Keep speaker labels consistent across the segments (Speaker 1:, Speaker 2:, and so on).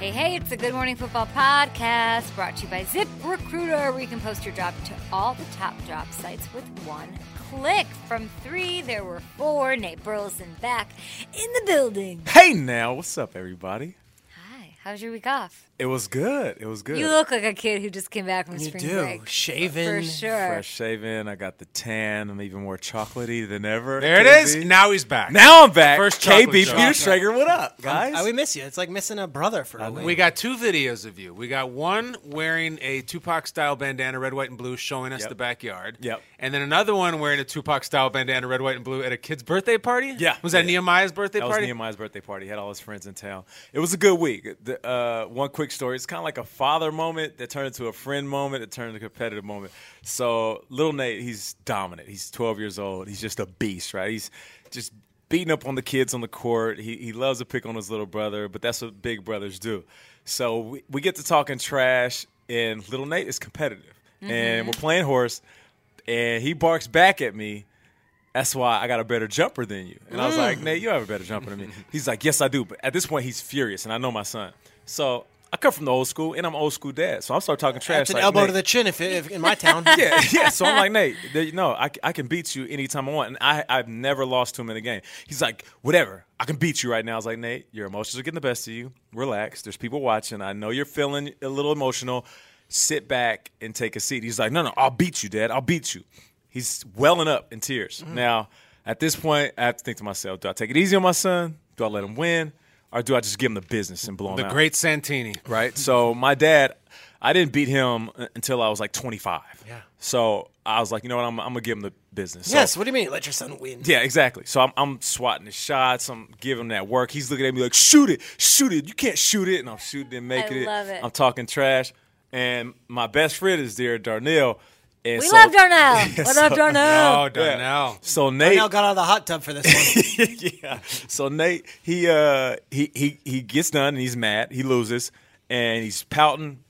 Speaker 1: Hey, hey, it's the Good Morning Football podcast brought to you by Zip Recruiter, where you can post your job to all the top job sites with one click. From three, there were four. Nate Burleson back in the building.
Speaker 2: Hey now, what's up, everybody?
Speaker 1: Hi, how's your week off?
Speaker 2: It was good. It was good.
Speaker 1: You look like a kid who just came back from spring break.
Speaker 3: shaven.
Speaker 1: For sure.
Speaker 2: fresh shaven. I got the tan. I'm even more chocolatey than ever.
Speaker 3: There it is.
Speaker 2: KB.
Speaker 3: Now he's back.
Speaker 2: now I'm back.
Speaker 3: First
Speaker 2: KB
Speaker 3: chocolate
Speaker 2: Peter
Speaker 3: shot.
Speaker 2: Strager, what up, guys?
Speaker 3: I, we miss you. It's like missing a brother for a week.
Speaker 2: know.
Speaker 3: We
Speaker 2: We
Speaker 3: got two videos of you. We got one wearing a Tupac style bandana, red, white, and blue, showing us
Speaker 2: Yep.
Speaker 3: the backyard.
Speaker 2: Yep.
Speaker 3: And then another one wearing a Tupac style bandana, red, white, and blue, at a kid's birthday party.
Speaker 2: Yeah.
Speaker 3: Was that
Speaker 2: Yeah.
Speaker 3: Nehemiah's birthday
Speaker 2: that was
Speaker 3: party?
Speaker 2: Nehemiah's birthday party. He had all his friends in town. It was a good week. The, uh, one quick story. It's kind of like a father moment that turned into a friend moment that turned into a competitive moment. So little Nate, he's dominant. He's 12 years old. He's just a beast, right? He's just beating up on the kids on the court. He, he loves to pick on his little brother, but that's what big brothers do. So we, we get to talking trash, and little Nate is competitive.
Speaker 3: Mm-hmm.
Speaker 2: And we're playing horse, and he barks back at me that's why I got a better jumper than you. And I was
Speaker 4: Mm.
Speaker 2: like, Nate, you have a better jumper than me. He's like, yes, I do. But at this point, he's furious, and I know my son. So I come from the old school, and I'm old school dad. So I start talking trash.
Speaker 4: That's an
Speaker 2: like,
Speaker 4: elbow
Speaker 2: "Nate,
Speaker 4: to the chin if, if in my town.
Speaker 2: yeah, yeah. So I'm like, Nate, there- no, I, c- I can beat you anytime I want. And I, I've never lost to him in a game. He's like, whatever, I can beat you right now. I was like, Nate, your emotions are getting the best of you. Relax. There's people watching. I know you're feeling a little emotional. Sit back and take a seat. He's like, no, no, I'll beat you, Dad. I'll beat you. He's welling up in tears. Now, at this point, I have to think to myself, do I take it easy on my son? Do I let him win? Or do I just give him the business and blow him
Speaker 3: the
Speaker 2: out?
Speaker 3: great Santini.
Speaker 2: right? So my dad, I didn't beat him until I was like 25.
Speaker 3: Yeah.
Speaker 2: So I was like, you know what? I'm, I'm gonna give him the business. So-
Speaker 4: yes. What do you mean? Let your son win.
Speaker 2: yeah, exactly. So I'm, I'm swatting his shots. I'm giving him that work. He's looking at me like, shoot it, shoot it. You can't shoot it. And I'm shooting and making it.
Speaker 1: love it.
Speaker 2: I'm talking trash. And my best friend is there, Darnell. And
Speaker 1: we
Speaker 2: so-
Speaker 1: love Darnell. what up, Darnell?
Speaker 3: Oh, Darnell.
Speaker 2: So Nate,
Speaker 4: Now got out of the hot tub for this one.
Speaker 2: yeah. So Nate, he uh he he he gets done and he's mad. He loses and he's pouting.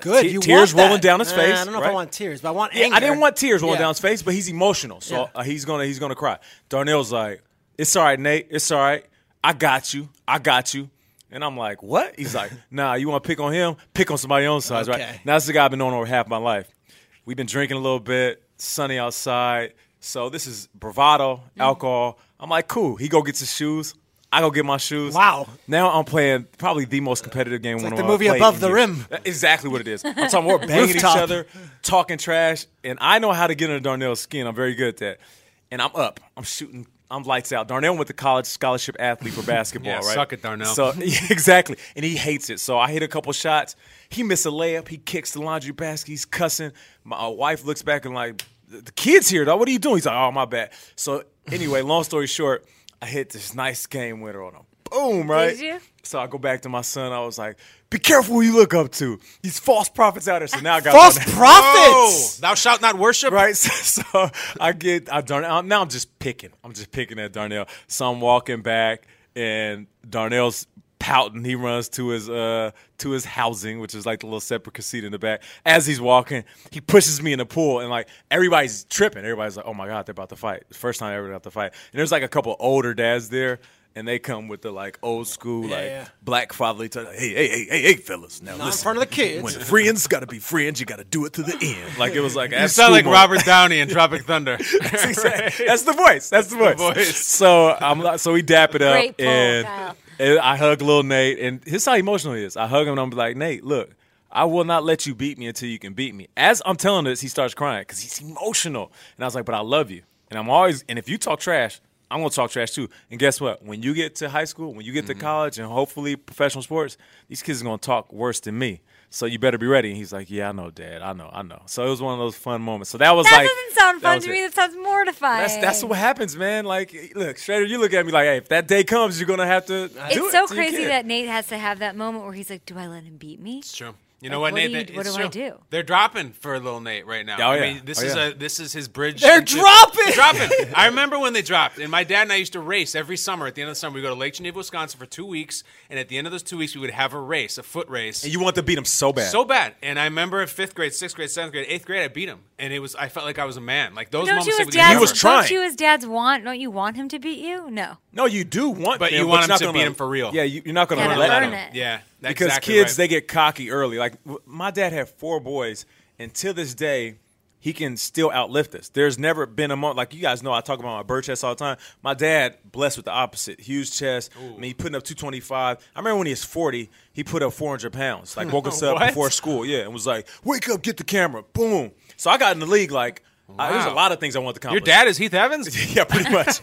Speaker 4: Good.
Speaker 2: Te-
Speaker 4: you
Speaker 2: tears
Speaker 4: want that.
Speaker 2: rolling down his
Speaker 4: Uh,
Speaker 2: face.
Speaker 4: I don't know if
Speaker 2: right?
Speaker 4: I want tears, but I want
Speaker 2: Yeah,
Speaker 4: anger.
Speaker 2: I didn't want tears rolling
Speaker 4: Yeah.
Speaker 2: down his face, but he's emotional, so
Speaker 4: Yeah.
Speaker 2: uh, he's gonna he's gonna cry. Darnell's like, "It's all right, Nate. It's all right. I got you. I got you." And I'm like, "What?" He's like, "Nah, you want to pick on him? Pick on somebody else's size,
Speaker 4: Okay.
Speaker 2: right?" Now this is the guy I've been knowing over half my life. We've been drinking a little bit, sunny outside, so this is bravado,
Speaker 4: Mm.
Speaker 2: alcohol. I'm like, "Cool." He go gets his shoes. I go get my shoes.
Speaker 4: Wow.
Speaker 2: Now I'm playing probably the most competitive game. one
Speaker 4: like
Speaker 2: of
Speaker 4: the
Speaker 2: my
Speaker 4: movie
Speaker 2: played
Speaker 4: Above
Speaker 2: in
Speaker 4: the
Speaker 2: years.
Speaker 4: Rim.
Speaker 2: That- Exactly what it is. I'm talking more banging each
Speaker 4: Rooftop.
Speaker 2: other, talking trash, and I know how to get under Darnell's skin. I'm very good at that. And I'm up. I'm shooting. I'm lights out. Darnell went to college scholarship athlete for basketball,
Speaker 3: Yeah,
Speaker 2: right?
Speaker 3: suck it, Darnell.
Speaker 2: So yeah, exactly, and he hates it. So I hit a couple shots. He missed a layup. He kicks the laundry basket. He's cussing. My uh, wife looks back and like, the the kid's here, dog. What are you doing? He's like, oh my bad. So anyway, long story short, I hit this nice game winner on him. boom, right?
Speaker 1: Did you?
Speaker 2: So I go back to my son. I was like, "Be careful who you look up to. These false prophets out there." So now I got
Speaker 4: False
Speaker 2: one-
Speaker 3: Oh,
Speaker 4: prophets.
Speaker 3: thou shalt not worship.
Speaker 2: Right, so, so I get I darn I'm, now I'm just picking. I'm just picking at Darnell. So I'm walking back, and Darnell's pouting. He runs to his uh to his housing, which is like the little separate seat in the back. As he's walking, he pushes me in the pool, and like everybody's tripping. Everybody's like, "Oh my god, they're about to fight!" First time ever about to fight. And there's like a couple older dads there. And they come with the like old school like
Speaker 4: yeah.
Speaker 2: black fatherly touch. Hey, hey, hey, hey, hey, fellas! Now
Speaker 4: Not in
Speaker 2: listen,
Speaker 4: front of the kids.
Speaker 2: When friends got to be friends, you got to do it to the end. Like it was like
Speaker 3: You sound like
Speaker 2: Robert.
Speaker 3: Robert Downey in Tropic Thunder.
Speaker 2: That's exact- That's the voice. That's the voice.
Speaker 3: voice.
Speaker 2: So I'm like- so we dap it up
Speaker 1: Great pull,
Speaker 2: and,
Speaker 1: Kyle.
Speaker 2: and I hug little Nate and here's how emotional he is. I hug him and I'm like, Nate, look, I will not let you beat me until you can beat me. As I'm telling this, he starts crying because he's emotional. And I was like, but I love you. And I'm always and if you talk trash, I'm gonna talk trash too. And guess what? When you get to high school, when you get to college and hopefully professional sports, these kids are gonna talk worse than me. So you better be ready. And he's like, Yeah, I know, Dad. I know, I know. So it was one of those fun moments. So that was
Speaker 1: That
Speaker 2: like
Speaker 1: doesn't sound
Speaker 2: that
Speaker 1: fun
Speaker 2: was
Speaker 1: to
Speaker 2: it.
Speaker 1: me. That sounds mortifying.
Speaker 2: That's that's what happens, man. Like, look, Shredder, you look at me like, hey, if that day comes, you're gonna have to. do
Speaker 1: It's
Speaker 2: it
Speaker 1: so
Speaker 2: to your
Speaker 1: crazy
Speaker 2: kid.
Speaker 1: that Nate has to have that moment where he's like, "Do I let him beat me?"
Speaker 3: It's true. You know
Speaker 1: Like,
Speaker 3: what,
Speaker 1: what do
Speaker 3: Nate?
Speaker 1: you- what
Speaker 3: It's
Speaker 1: do I
Speaker 3: true.
Speaker 1: do?
Speaker 3: They're dropping for little Nate right now.
Speaker 2: Oh,
Speaker 3: I
Speaker 2: yeah.
Speaker 3: mean, this
Speaker 2: Oh,
Speaker 3: is
Speaker 2: yeah.
Speaker 3: a this is his bridge.
Speaker 4: They're
Speaker 3: into-
Speaker 4: dropping!
Speaker 3: dropping. I remember when they dropped, and my dad and I used to race every summer. At the end of the summer, we go to Lake Geneva, Wisconsin, for two weeks, and at the end of those two weeks, we would have a race, a foot race.
Speaker 2: And you want to beat him so bad.
Speaker 3: so bad, and I remember in fifth grade, sixth grade, seventh grade, eighth grade, I beat him, and it was I felt like I was a man. Like those
Speaker 1: Don't
Speaker 3: moments,
Speaker 1: you
Speaker 3: that
Speaker 1: as
Speaker 3: we never-
Speaker 1: dads?
Speaker 2: He was
Speaker 1: Don't
Speaker 2: trying.
Speaker 1: you as dads want? Don't you want him to beat you? No.
Speaker 2: no, you do want,
Speaker 3: But
Speaker 2: them,
Speaker 3: you want
Speaker 2: you're
Speaker 3: him
Speaker 2: not
Speaker 3: to
Speaker 2: gonna
Speaker 3: beat
Speaker 2: let-
Speaker 3: him for real.
Speaker 2: Yeah, you, you're not gonna
Speaker 1: Gotta
Speaker 2: let
Speaker 1: learn
Speaker 2: him.
Speaker 1: it.
Speaker 3: Yeah, that's
Speaker 2: because
Speaker 3: exactly
Speaker 2: kids
Speaker 3: right.
Speaker 2: they get cocky early. Like w- my dad had four boys, and to this day, he can still outlift us. There's never been a moment like you guys know. I talk about my bird chest all the time. My dad blessed with the opposite, huge chest. I mean, he putting up 225. I remember when he was 40, he put up 400 pounds. Like woke us up
Speaker 3: What?
Speaker 2: before school, yeah, and was like, "Wake up, get the camera, boom." So I got in the league like. I, there's a
Speaker 3: Wow.
Speaker 2: lot of things I want to
Speaker 3: Your
Speaker 2: accomplish.
Speaker 3: dad is Heath Evans.
Speaker 2: Yeah, pretty much.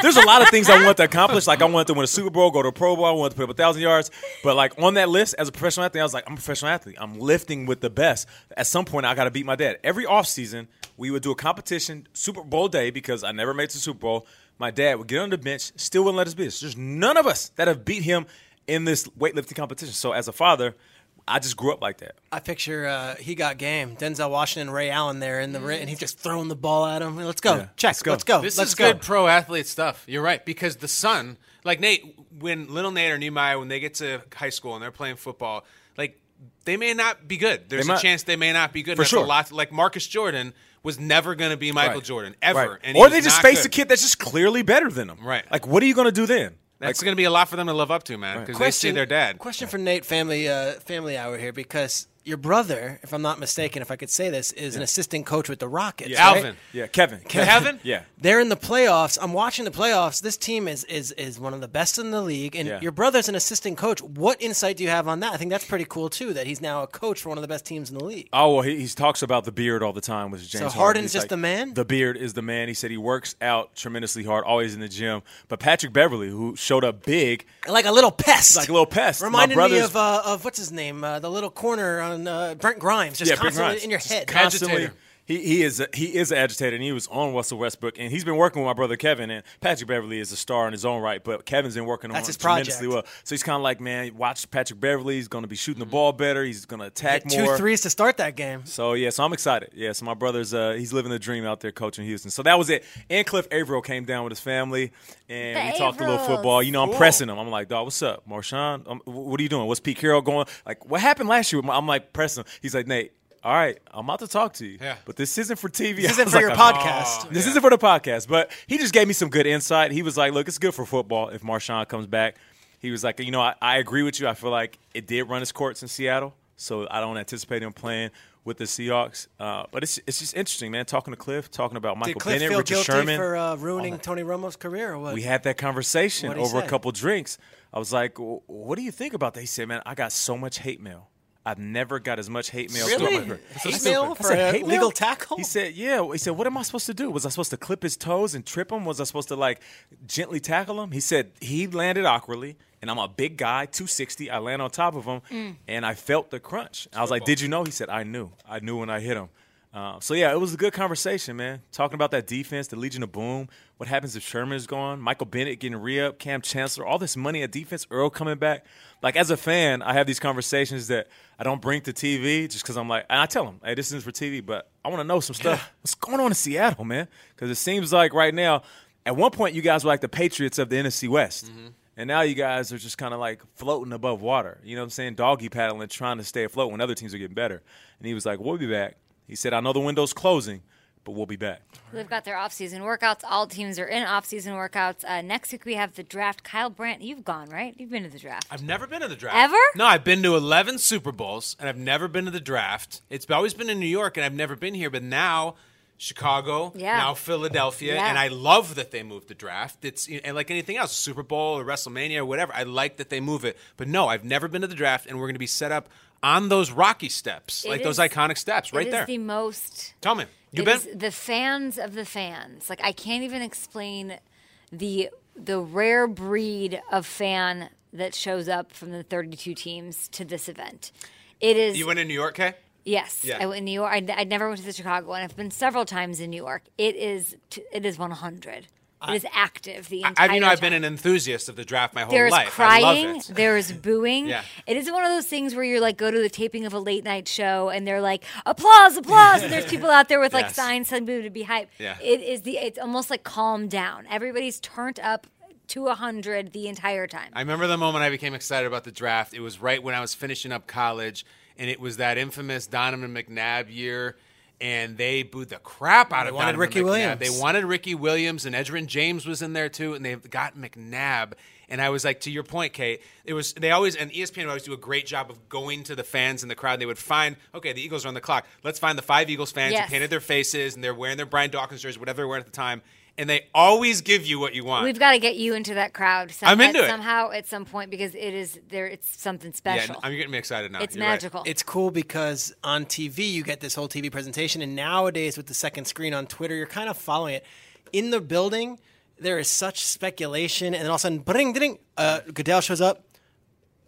Speaker 2: There's a lot of things I want to accomplish. Like I want to win a Super Bowl, go to a Pro Bowl, I want to put up a thousand yards. But like on that list, as a professional athlete, I was like, I'm a professional athlete. I'm lifting with the best. At some point, I got to beat my dad. Every offseason, we would do a competition Super Bowl day because I never made it to Super Bowl. My dad would get on the bench, still wouldn't let us beat us. There's none of us that have beat him in this weightlifting competition. So as a father, I just grew up like that.
Speaker 4: I picture uh, he got game. Denzel Washington, Ray Allen there in the ring, and he's just throwing the ball at him. Let's go. Check. Let's go. Let's
Speaker 2: Oh,
Speaker 4: go.
Speaker 3: This is good pro athlete stuff. You're right because the son, like Nate, when little Nate or Nehemiah, when they get to high school and they're playing football, like they may not be good. There's
Speaker 2: might-
Speaker 3: a chance they may not be good.
Speaker 2: For
Speaker 3: That's
Speaker 2: sure.
Speaker 3: a lot. Like Marcus Jordan was never going to be Michael
Speaker 2: Right.
Speaker 3: Jordan ever,
Speaker 2: Right.
Speaker 3: and he
Speaker 2: or
Speaker 3: was
Speaker 2: they just
Speaker 3: not
Speaker 2: face
Speaker 3: good.
Speaker 2: a kid that's just clearly better than them.
Speaker 3: Right.
Speaker 2: Like, what are you going to do then?
Speaker 3: That's
Speaker 2: like,
Speaker 3: going to be a lot for them to live up to, man, because they see their dad.
Speaker 4: Question for Nate family uh, family hour here because your brother, if I'm not mistaken, if I could say this, is an assistant coach with the Rockets.
Speaker 3: Yeah.
Speaker 4: right?
Speaker 3: Alvin.
Speaker 2: Yeah, Kevin.
Speaker 3: Kevin?
Speaker 2: Yeah.
Speaker 4: They're in the playoffs. I'm watching the playoffs. This team is is is one of the best in the league. And
Speaker 2: Yeah.
Speaker 4: your brother's an assistant coach. What insight do you have on that? I think that's pretty cool too. That he's now a coach for one of the best teams in the league.
Speaker 2: Oh well, he, he talks about the beard all the time with James.
Speaker 4: Harden's
Speaker 2: Harden. He's
Speaker 4: just the man?
Speaker 2: The beard is the man. He said he works out tremendously hard, always in the gym. But Patrick Beverly, who showed up big,
Speaker 4: Like a little pest.
Speaker 2: like a little pest, my
Speaker 4: Reminded me
Speaker 2: brother's-
Speaker 4: of uh, of what's his name, uh, the little corner on uh, Brent Grimes, just
Speaker 2: yeah, Brent
Speaker 4: constantly
Speaker 2: Grimes.
Speaker 4: in your
Speaker 2: Just
Speaker 4: head.
Speaker 2: constantly.
Speaker 3: Agitator.
Speaker 2: He, he is a, he is an agitator, and he was on Russell Westbrook, and he's been working with my brother Kevin. And Patrick Beverly is a star in his own right, but Kevin's been working on
Speaker 4: That's his
Speaker 2: him tremendously well.
Speaker 4: project.
Speaker 2: So he's kind of like, man, watch Patrick Beverly. He's going to be shooting the ball better. He's going to attack
Speaker 4: Hit
Speaker 2: more.
Speaker 4: two threes to start that game.
Speaker 2: So yeah, so I'm excited. Yeah, so my brother's uh, he's living the dream out there coaching Houston. So that was it. And Cliff Averill came down with his family, and
Speaker 1: The
Speaker 2: we talked a little
Speaker 1: Averils.
Speaker 2: football. You know, I'm pressing him. I'm like, dog, what's up, Marshawn? Um, wh- what are you doing? What's Pete Carroll going? Like, what happened last year? I'm like pressing him. He's like, Nate, all right, I'm about to talk to you.
Speaker 3: Yeah.
Speaker 2: but this isn't for TV.
Speaker 4: This
Speaker 2: I
Speaker 4: isn't
Speaker 2: was
Speaker 4: for
Speaker 2: like,
Speaker 4: your
Speaker 2: "Oh."
Speaker 4: podcast.
Speaker 2: This isn't for the podcast, but he just gave me some good insight. He was like, look, it's good for football if Marshawn comes back. He was like, you know, I, I agree with you. I feel like it did run its courts in Seattle, so I don't anticipate him playing with the Seahawks. Uh, but it's it's just interesting, man, talking to Cliff, talking about Michael
Speaker 4: Did Cliff
Speaker 2: Bennett,
Speaker 4: feel
Speaker 2: Richard
Speaker 4: guilty
Speaker 2: Sherman.
Speaker 4: for uh, ruining Tony Romo's career or what?
Speaker 2: we had that conversation
Speaker 4: What'd he
Speaker 2: over a
Speaker 4: say?
Speaker 2: couple drinks. I was like, "Wh- what do you think about that? He said, man, I got so much hate mail. I've never got as much hate mail. throughout my
Speaker 4: really?
Speaker 2: career."
Speaker 4: Hate mail
Speaker 2: I
Speaker 4: for
Speaker 2: said,
Speaker 4: a
Speaker 2: "Hate mail?"
Speaker 4: legal tackle?
Speaker 2: He said, "Yeah." He said, "What am I supposed to do? Was I supposed to clip his toes and trip him? Was I supposed to like gently tackle him?" He said he landed awkwardly, and I'm a big guy, 260. I land on top of him, and I felt the crunch. I was like, "Did you know?" He said, "I knew. I knew when I hit him." Uh, so yeah, it was a good conversation, man. Talking about that defense, the Legion of Boom, what happens if Sherman's gone, Michael Bennett getting re-up, Cam Chancellor, all this money at defense, Earl coming back. Like as a fan, I have these conversations that I don't bring to TV just because I'm like, and I tell them, hey, this isn't for TV, but I want to know some stuff. What's going on in Seattle, man? Because it seems like right now, at one point, you guys were like the Patriots of the NFC West.
Speaker 3: Mm-hmm.
Speaker 2: And now you guys are just kind of like floating above water. You know what I'm saying? Doggy paddling, trying to stay afloat when other teams are getting better. And he was like, we'll be back. He said, I know the window's closing, but we'll be back.
Speaker 1: They've got their offseason workouts. All teams are in offseason workouts. Uh, next week we have the draft. Kyle Brandt, you've gone, right? You've been to the draft.
Speaker 3: I've never been to the draft.
Speaker 1: Ever?
Speaker 3: No, I've been to 11 Super Bowls and I've never been to the draft. It's always been in New York and I've never been here, but now Chicago,
Speaker 1: Yeah.
Speaker 3: now Philadelphia,
Speaker 1: Yeah.
Speaker 3: and I love that they moved the draft. It's and like anything else, Super Bowl or WrestleMania or whatever, I like that they move it. But no, I've never been to the draft and we're going to be set up on those rocky steps,
Speaker 1: It
Speaker 3: like those
Speaker 1: is-
Speaker 3: iconic steps right
Speaker 1: it
Speaker 3: there.
Speaker 1: is the most.
Speaker 3: Tell me. You
Speaker 1: It
Speaker 3: been?
Speaker 1: is the fans of the fans. Like I can't even explain the the rare breed of fan that shows up from the 32 teams to this event. It is
Speaker 3: You went to New York, Kay?
Speaker 1: yes.
Speaker 3: Yeah.
Speaker 1: I went in New York. I, I never went to the Chicago one. I've been several times in New York. It is t- it is 100. it is active the entire.
Speaker 3: I, you know, I've
Speaker 1: time.
Speaker 3: been an enthusiast of the draft my whole
Speaker 1: There's
Speaker 3: life. I
Speaker 1: crying.
Speaker 3: love it.
Speaker 1: There's booing.
Speaker 3: Yeah.
Speaker 1: It isn't one of those things where you're like go to the taping of a late night show and they're like applause, applause, and there's people out there with like
Speaker 3: Yes.
Speaker 1: signs telling people to be hype.
Speaker 3: Yeah.
Speaker 1: It is the. It's almost like calm down. Everybody's turned up to a hundred the entire time.
Speaker 3: I remember the moment I became excited about the draft. It was right when I was finishing up college, and it was that infamous Donovan McNabb year, and they booed the crap out
Speaker 4: They
Speaker 3: of
Speaker 4: wanted
Speaker 3: Donovan
Speaker 4: Ricky
Speaker 3: McNabb.
Speaker 4: Williams.
Speaker 3: They wanted Ricky Williams, and Edgerrin James was in there too, and they got McNabb. And I was like, to your point, Kate, it was they always and E ESPN would always do a great job of going to the fans in the crowd. They would find, okay, the Eagles are on the clock. Let's find the five Eagles fans
Speaker 1: Yes.
Speaker 3: who painted their faces and they're wearing their Brian Dawkins jerseys, whatever they were at the time. And they always give you what you want.
Speaker 1: We've got to get you into that crowd. Some,
Speaker 3: I'm into
Speaker 1: at-
Speaker 3: it.
Speaker 1: somehow at some point because it is there. It's something
Speaker 3: yeah,
Speaker 1: special.
Speaker 3: I'm getting me excited now.
Speaker 1: it's
Speaker 3: You're right.
Speaker 1: magical.
Speaker 4: Oh, It's cool because on TV you get this whole TV presentation, and nowadays with the second screen on Twitter, you're kind of following it. In the building, there is such speculation, and then all of a sudden, bring, ding, uh, Goodell shows up.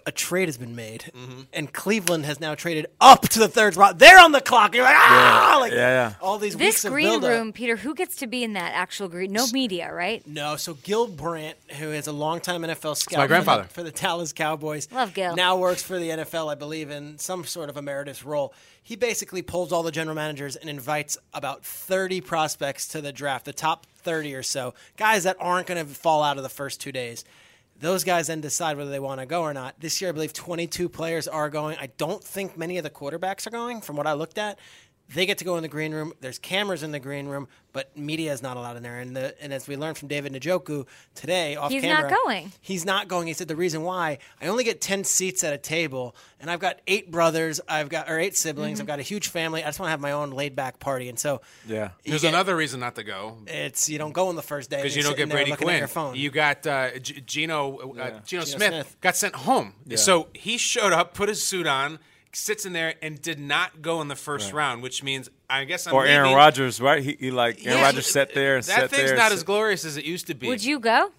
Speaker 4: A trade has been made, and Cleveland has now traded up to the third spot. They're on the clock. You're like, ah, like
Speaker 2: yeah.
Speaker 4: all these
Speaker 1: this
Speaker 4: weeks
Speaker 1: green
Speaker 4: of buildup.
Speaker 1: room, Peter. Who gets to be in that actual green? No media, right?
Speaker 4: No, so Gil Brandt, who is a longtime NFL scout,
Speaker 3: my grandfather.
Speaker 4: for the, for the Dallas Cowboys,
Speaker 1: Love Gil.
Speaker 4: Now works for the NFL, I believe, in some sort of emeritus role. He basically pulls all the general managers and invites about thirty prospects to the draft, the top thirty or so guys that aren't going to fall out of the first two days. Those guys then decide whether they want to go or not. This year, I believe 22 players are going. I don't think many of the quarterbacks are going, from what I looked at they get to go in the green room. There's cameras in the green room, but media is not allowed in there. And the and as we learned from David Njoku today off
Speaker 1: He's not
Speaker 4: camera,
Speaker 1: going.
Speaker 4: He's not going. He said the reason why I only get ten seats at a table, and I've got eight brothers, I've got or eight siblings, I've got a huge family. I just want to have my own laid back party, and so
Speaker 2: Yeah.
Speaker 3: There's another reason not to go
Speaker 4: it's you don't go on the first day
Speaker 3: because you
Speaker 4: you're
Speaker 3: don't
Speaker 4: sitting
Speaker 3: get
Speaker 4: there
Speaker 3: Brady
Speaker 4: looking At
Speaker 3: Quinn.
Speaker 4: your phone.
Speaker 3: You got uh, G- Gino, uh, Gino, Smith,
Speaker 4: Smith.
Speaker 3: got sent home. So he showed up, put his suit on, sits in there, and did not go in the first round, which means I guess I'm
Speaker 2: Or Aaron
Speaker 3: leaving.
Speaker 2: Rodgers, right? He, he like Aaron
Speaker 3: Yeah.
Speaker 2: Rodgers sat there and sat
Speaker 3: that thing's
Speaker 2: there.
Speaker 3: not
Speaker 2: and
Speaker 3: as
Speaker 2: sat-
Speaker 3: glorious as it used to be.
Speaker 1: Would you go?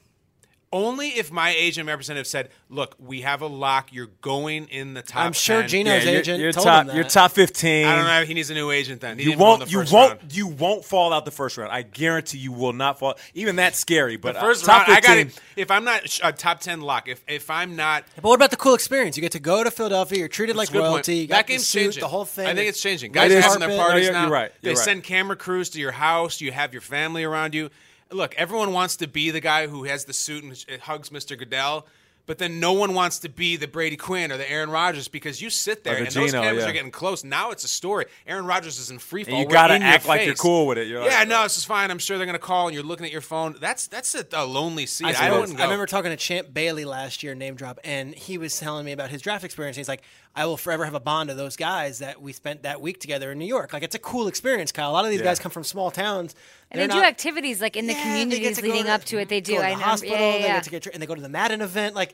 Speaker 3: only if my agent representative said, "Look, we have a lock. You're going in the top."
Speaker 4: I'm sure
Speaker 3: 10."
Speaker 4: Gino- His
Speaker 2: you're-
Speaker 4: agent
Speaker 2: you're
Speaker 4: told
Speaker 2: top.
Speaker 4: him that.
Speaker 2: You're top fifteen.
Speaker 3: I don't know. He needs a new agent then. He
Speaker 2: You
Speaker 3: didn't go in
Speaker 2: won't.
Speaker 3: the
Speaker 2: You
Speaker 3: first
Speaker 2: won't.
Speaker 3: round.
Speaker 2: You won't fall out the first round. I guarantee you will not fall. Even that's scary. But
Speaker 3: The first
Speaker 2: uh, top
Speaker 3: round, I got
Speaker 2: 15,
Speaker 3: it. If I'm not sh- a top ten lock, if if I'm not
Speaker 4: but what about the cool experience? You get to go to Philadelphia. You're treated like
Speaker 3: Good point.
Speaker 4: royalty. You got
Speaker 3: That
Speaker 4: the
Speaker 3: game's
Speaker 4: suit,
Speaker 3: changing.
Speaker 4: The whole thing.
Speaker 3: I think it's changing.
Speaker 4: Red
Speaker 3: Guys are having
Speaker 4: carpet.
Speaker 3: their parties
Speaker 2: No, you're-
Speaker 3: now.
Speaker 2: you're right. You're
Speaker 3: they
Speaker 2: right.
Speaker 3: send camera crews to your house. You have your family around you. Look, everyone wants to be the guy who has the suit and sh- uh, hugs Mr. Goodell, but then no one wants to be the Brady Quinn or the Aaron Rodgers because you sit there
Speaker 2: Or the
Speaker 3: and those
Speaker 2: Geno,
Speaker 3: cameras
Speaker 2: yeah.
Speaker 3: are getting close. Now it's a story. Aaron Rodgers is in free fall.
Speaker 2: you
Speaker 3: We're
Speaker 2: gotta
Speaker 3: in your
Speaker 2: act like you're
Speaker 3: face.
Speaker 2: cool with it. You're
Speaker 3: yeah,
Speaker 2: like-
Speaker 3: no, this is fine. I'm sure they're gonna call and you're looking at your phone. That's that's a, a lonely seat. I,
Speaker 4: I,
Speaker 3: wouldn't
Speaker 4: I
Speaker 3: go.
Speaker 4: remember talking to Champ Bailey last year, name drop, and he was telling me about his draft experience. He's like, I will forever have a bond to those guys that we spent that week together in New York. Like, it's a cool experience, Kyle. A lot of these guys come from small towns.
Speaker 1: And they
Speaker 4: They're
Speaker 1: do
Speaker 4: not-
Speaker 1: activities like in the
Speaker 4: Yeah, they get
Speaker 1: communities
Speaker 4: to go
Speaker 1: leading
Speaker 4: to-
Speaker 1: up to it. They do.
Speaker 4: Go to
Speaker 1: I
Speaker 4: the
Speaker 1: know.
Speaker 4: hospital,
Speaker 1: yeah, yeah,
Speaker 4: they
Speaker 1: yeah.
Speaker 4: get to get, tra- and they go to the Madden event. Like,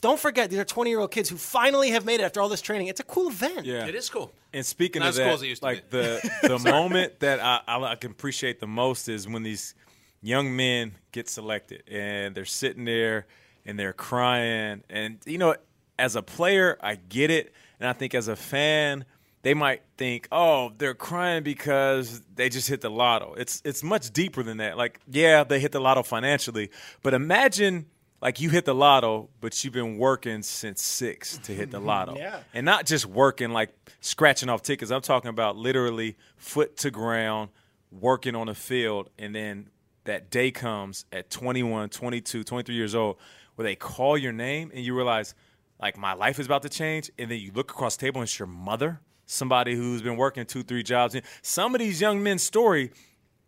Speaker 4: don't forget, these are 20 year old kids who finally have made it after all this training. It's a cool event.
Speaker 2: Yeah.
Speaker 3: it is cool.
Speaker 2: And speaking
Speaker 3: Not
Speaker 2: of
Speaker 3: as cool
Speaker 2: that,
Speaker 3: as it used to
Speaker 2: like
Speaker 3: be.
Speaker 2: the the moment that I, I, I can appreciate the most is when these young men get selected and they're sitting there and they're crying. And you know, as a player, I get it, and I think as a fan, they might think, oh, they're crying because they just hit the lotto. It's it's much deeper than that. Like, yeah, they hit the lotto financially, but imagine like you hit the lotto, but you've been working since six to hit the lotto.
Speaker 4: Yeah.
Speaker 2: And not just working like scratching off tickets. I'm talking about literally foot to ground, working on a field, and then that day comes at 21, 22, 23 years old where they call your name and you realize like my life is about to change and then you look across the table and it's your mother somebody who's been working two three jobs and some of these young men's story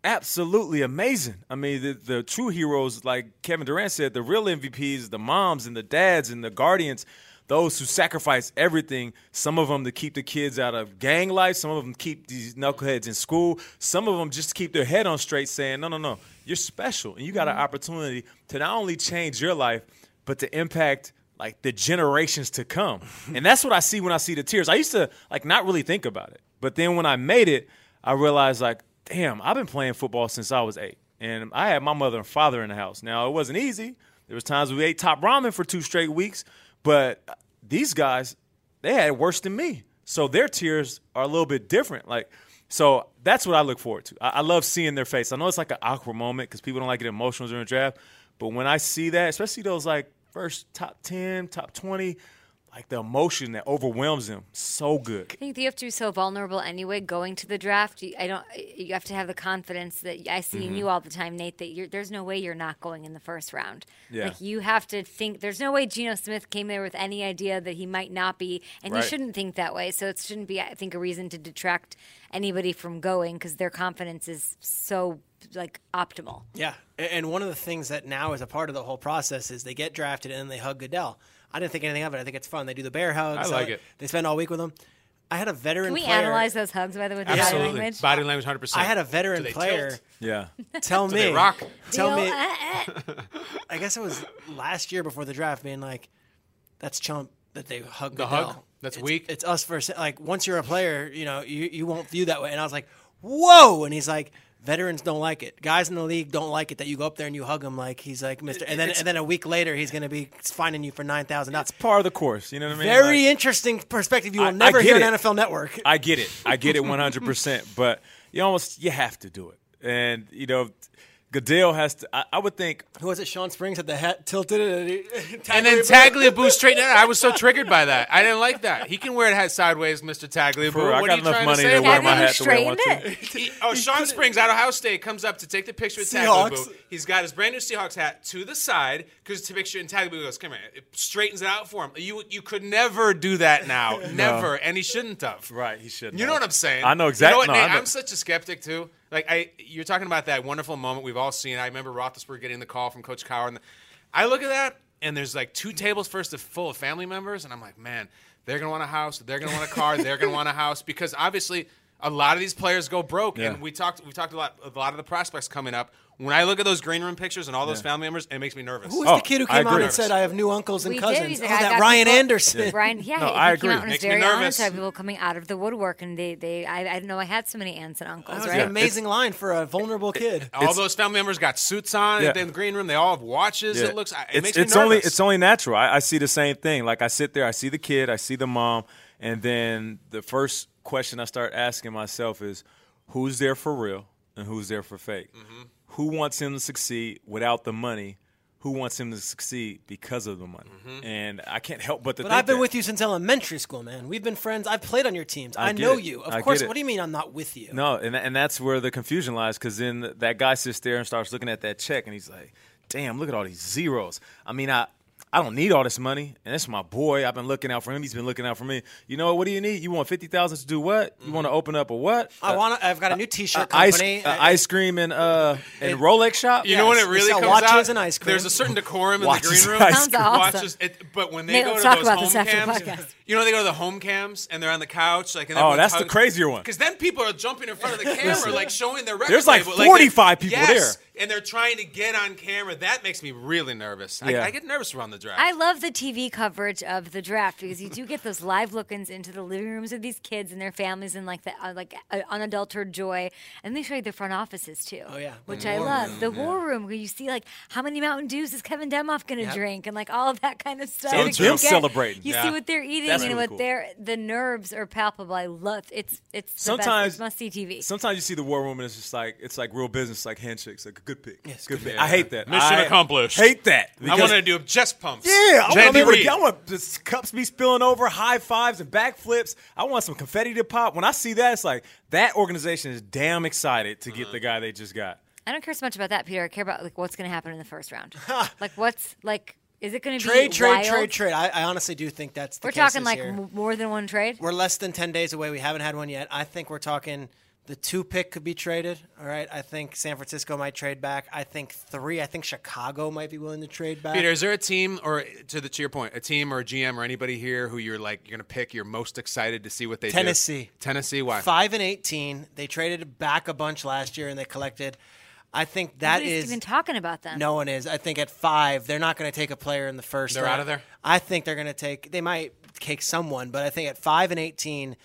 Speaker 2: absolutely amazing i mean the, the true heroes like kevin durant said the real mvps the moms and the dads and the guardians those who sacrifice everything some of them to keep the kids out of gang life some of them keep these knuckleheads in school some of them just to keep their head on straight saying no no no you're special and you got an opportunity to not only change your life but to impact like the generations to come. And that's what I see when I see the tears. I used to like not really think about it. But then when I made it, I realized like, damn, I've been playing football since I was eight. And I had my mother and father in the house. Now it wasn't easy. There was times we ate top ramen for two straight weeks, but these guys, they had it worse than me. So their tears are a little bit different. Like, so that's what I look forward to. I, I love seeing their face. I know it's like an awkward moment because people don't like it emotional during the draft. But when I see that, especially those like first top 10, top 20, like the emotion that overwhelms them, so good.
Speaker 1: I think you have to be so vulnerable anyway going to the draft. You, I don't. You have to have the confidence that I see
Speaker 2: Mm-hmm.
Speaker 1: in you all the time, Nate. That you're, there's no way you're not going in the first round.
Speaker 2: Yeah.
Speaker 1: Like you have to think. There's no way Geno Smith came there with any idea that he might not be, and
Speaker 2: Right.
Speaker 1: you shouldn't think that way. So it shouldn't be, I think, a reason to detract anybody from going because their confidence is so like optimal.
Speaker 4: Yeah, A- and one of the things that now is a part of the whole process is they get drafted and then they hug Goodell. I didn't think anything of it. I think it's fun. They do the bear hugs.
Speaker 3: I like it.
Speaker 4: They spend all week with him. I had a veteran.
Speaker 1: Can we
Speaker 4: player,
Speaker 1: analyze those hugs by the way? with the body
Speaker 3: Absolutely.
Speaker 1: language?
Speaker 3: Body language 100%.
Speaker 4: I had a
Speaker 3: Do
Speaker 4: veteran
Speaker 3: they
Speaker 4: player
Speaker 3: tilt?
Speaker 2: Yeah.
Speaker 4: tell me.
Speaker 3: they rock?
Speaker 4: Tell
Speaker 1: Bill,
Speaker 4: me.
Speaker 1: eh, eh.
Speaker 4: I guess it was last year before the draft, being like, "That's chump that they hug
Speaker 3: The
Speaker 4: Goodell.
Speaker 3: hug? That's
Speaker 4: it's,
Speaker 3: weak?
Speaker 4: It's us versus like once you're a player, you know you you won't view that way." And I was like, "Whoa!" And he's like. Veterans don't like it. Guys in the league don't like it that you go up there and you hug him like he's like Mister. And then and then a week later he's going to be finding you for nine thousand dollars.
Speaker 2: It's part of the course. You know what I mean?
Speaker 4: Very
Speaker 2: Like-
Speaker 4: interesting perspective. You will
Speaker 2: I- I
Speaker 4: never
Speaker 2: get
Speaker 4: hear
Speaker 2: it.
Speaker 4: on NFL Network.
Speaker 2: I get it. I get it 100%. but you almost, you have to do it. And, you know, Goodell has to, I, I would think,
Speaker 4: Who was it? Sean Springs had the hat tilted and, he,
Speaker 3: And then Tagliabue straight down. I was so triggered by that. I didn't like that. He can wear it hat sideways, Mr. Tagliabue.
Speaker 2: for, I
Speaker 3: what are
Speaker 2: got
Speaker 3: you
Speaker 2: enough
Speaker 3: trying
Speaker 2: money
Speaker 3: to say?
Speaker 2: to wear my
Speaker 1: Tagliabue
Speaker 2: hat the way I want
Speaker 1: straightened
Speaker 2: to.
Speaker 3: He- oh, Sean Springs out of Ohio State comes up to take the picture with
Speaker 4: Seahawks.
Speaker 3: Tagliabue. He's got his brand new Seahawks hat to the side because to picture and Tagliabue goes, "Come here." It straightens it out for him. You you could never do that now, never, and he shouldn't have.
Speaker 2: Right, he shouldn't
Speaker 3: You know
Speaker 2: have.
Speaker 3: what I'm saying?
Speaker 2: I know
Speaker 3: You know
Speaker 2: exact-
Speaker 3: what,
Speaker 2: no,
Speaker 3: Nate?
Speaker 2: I know.
Speaker 3: I'm such a skeptic too. Like I, you're talking about that wonderful moment we've all seen. I remember Roethlisberger getting the call from Coach Cowher, and I look at that, and there's like two tables first of full of family members, and I'm like, man, they're gonna want a house, they're gonna want a car, they're gonna want a house because obviously a lot of these players go broke,
Speaker 2: Yeah.
Speaker 3: and we talked we talked a lot a lot of the prospects coming up. When I look at those green room pictures and all those family members, it makes me nervous.
Speaker 4: Who was
Speaker 2: Oh,
Speaker 4: the kid who
Speaker 2: I
Speaker 4: came out
Speaker 2: agree.
Speaker 4: and said, "I have new uncles and
Speaker 1: We
Speaker 4: cousins"?
Speaker 1: did. He's
Speaker 4: oh,
Speaker 1: like, I
Speaker 4: that
Speaker 1: got
Speaker 4: Ryan
Speaker 1: people-
Speaker 4: Anderson.
Speaker 1: Ryan, yeah,
Speaker 2: No,
Speaker 1: he came
Speaker 2: I agree.
Speaker 1: out and was
Speaker 3: Makes me
Speaker 1: very honest
Speaker 3: nervous.
Speaker 1: about people coming out of the woodwork, and they, they, I, I didn't know I had so many aunts and uncles,
Speaker 4: That was
Speaker 1: right?
Speaker 4: an amazing line for a vulnerable kid.
Speaker 3: all those family members got suits on
Speaker 2: Yeah.
Speaker 3: in the green room. They all have watches.
Speaker 2: Yeah.
Speaker 3: It looks. It
Speaker 2: it's, it's
Speaker 3: makes me nervous.
Speaker 2: only it's only natural. I, I see the same thing. Like I sit there, I see the kid, I see the mom, and then the first question I start asking myself is, who's there for real and who's there for fake?
Speaker 3: Mm-hmm.
Speaker 2: Who wants him to succeed without the money? Who wants him to succeed because of the money?
Speaker 3: Mm-hmm.
Speaker 2: And I can't help but to.
Speaker 4: But
Speaker 2: think
Speaker 4: I've been
Speaker 2: that.
Speaker 4: with you since elementary school, man. We've been friends. I've played on your teams. I,
Speaker 2: I get
Speaker 4: know
Speaker 2: it.
Speaker 4: you. Of
Speaker 2: I get
Speaker 4: course.
Speaker 2: it.
Speaker 4: What do you mean I'm not with you?
Speaker 2: No, and and that's where the confusion lies because then that guy sits there and starts looking at that check and he's like, "Damn, look at all these zeros." I mean, I I don't need all this money, and it's my boy. I've been looking out for him. He's been looking out for me. You know what? What do you need? You want fifty thousand to do what? You want to open up a what?
Speaker 4: I want. I've
Speaker 2: uh,
Speaker 4: got a new T-shirt
Speaker 2: A ice,
Speaker 4: company.
Speaker 2: a
Speaker 4: I-
Speaker 2: ice cream and uh and Rolex shop.
Speaker 3: You know when
Speaker 4: Yes,
Speaker 3: it
Speaker 4: we
Speaker 3: really
Speaker 4: sell
Speaker 3: comes
Speaker 4: watches
Speaker 3: out?
Speaker 4: and ice cream.
Speaker 3: There's a certain decorum in
Speaker 2: Watches
Speaker 3: the green
Speaker 2: and
Speaker 3: room.
Speaker 2: ice
Speaker 1: Sounds cream. awesome.
Speaker 3: Watches, it, but when they
Speaker 1: Nate,
Speaker 3: go
Speaker 1: let's
Speaker 3: to
Speaker 1: talk
Speaker 3: those
Speaker 1: about
Speaker 3: home
Speaker 1: this after the
Speaker 3: cams,
Speaker 1: podcast.
Speaker 3: you know they go to the home cams and they're on the couch like. And
Speaker 2: Oh, that's the crazier one.
Speaker 3: Because then people are jumping in front of the camera, like showing their record.
Speaker 2: There's like
Speaker 3: label,
Speaker 2: 45
Speaker 3: they-
Speaker 2: people there.
Speaker 3: and they're trying to get on camera. That makes me really nervous.
Speaker 2: Yeah.
Speaker 3: I, I get nervous around the draft.
Speaker 1: I love the TV coverage of the draft because you do get those live look-ins into the living rooms of these kids and their families and like the uh, like uh, unadulterated joy, and they show you the front offices too. Oh
Speaker 4: yeah.
Speaker 1: which
Speaker 4: The
Speaker 1: I
Speaker 4: war
Speaker 1: love. the war room where you see like how many Mountain Dews is Kevin Demoff gonna drink and like all of that kind of stuff.
Speaker 2: true.
Speaker 1: Like, you
Speaker 2: Them celebrating.
Speaker 1: You
Speaker 2: Yeah.
Speaker 1: see what they're eating
Speaker 2: That's
Speaker 1: and
Speaker 2: really
Speaker 1: what
Speaker 2: cool.
Speaker 1: they're the nerves are palpable. I love it's it's the
Speaker 2: Sometimes-
Speaker 1: must see TV.
Speaker 2: Sometimes you see the war room and it's just like it's like real business, like handshakes, like a good pick. good pick.
Speaker 3: yeah.
Speaker 2: I hate that.
Speaker 3: Mission
Speaker 2: I
Speaker 3: accomplished.
Speaker 2: Hate that.
Speaker 3: I
Speaker 2: because-
Speaker 3: wanted to do chest pumps.
Speaker 2: Yeah, I want
Speaker 3: Andy
Speaker 2: people to
Speaker 3: Reid.
Speaker 2: I want this cups be spilling over, high fives and backflips. I want some confetti to pop. When I see that, it's like that organization is damn excited to
Speaker 3: Mm-hmm.
Speaker 2: get the guy they just got.
Speaker 1: I don't care so much about that, Peter. I care about like what's going to happen in the first round. like what's like is it going to be
Speaker 4: Trade, trade,
Speaker 1: wild?
Speaker 4: trade, trade. I, I honestly do think that's the
Speaker 1: We're
Speaker 4: case
Speaker 1: talking
Speaker 4: this
Speaker 1: like
Speaker 4: year.
Speaker 1: m- more than one trade.
Speaker 4: We're less than 10 days away. We haven't had one yet. I think we're talking the two pick could be traded. All right. I think San Francisco might trade back. I think three. I think Chicago might be willing to trade back.
Speaker 3: Peter, is there a team or to the to your point, a team or a GM or anybody here who you're like you're gonna pick? You're most excited to see what they do?
Speaker 4: Tennessee.
Speaker 3: Tennessee. Why?
Speaker 4: Five and 18. They traded back a bunch last year and they collected. I think that
Speaker 1: Nobody's
Speaker 4: is.
Speaker 1: even talking about them.
Speaker 4: No one is. I think at five, they're not going to take a player in the first.
Speaker 3: They're
Speaker 4: round.
Speaker 3: out of there?
Speaker 4: I think they're going to take. They might take someone, but I think at five and eighteen,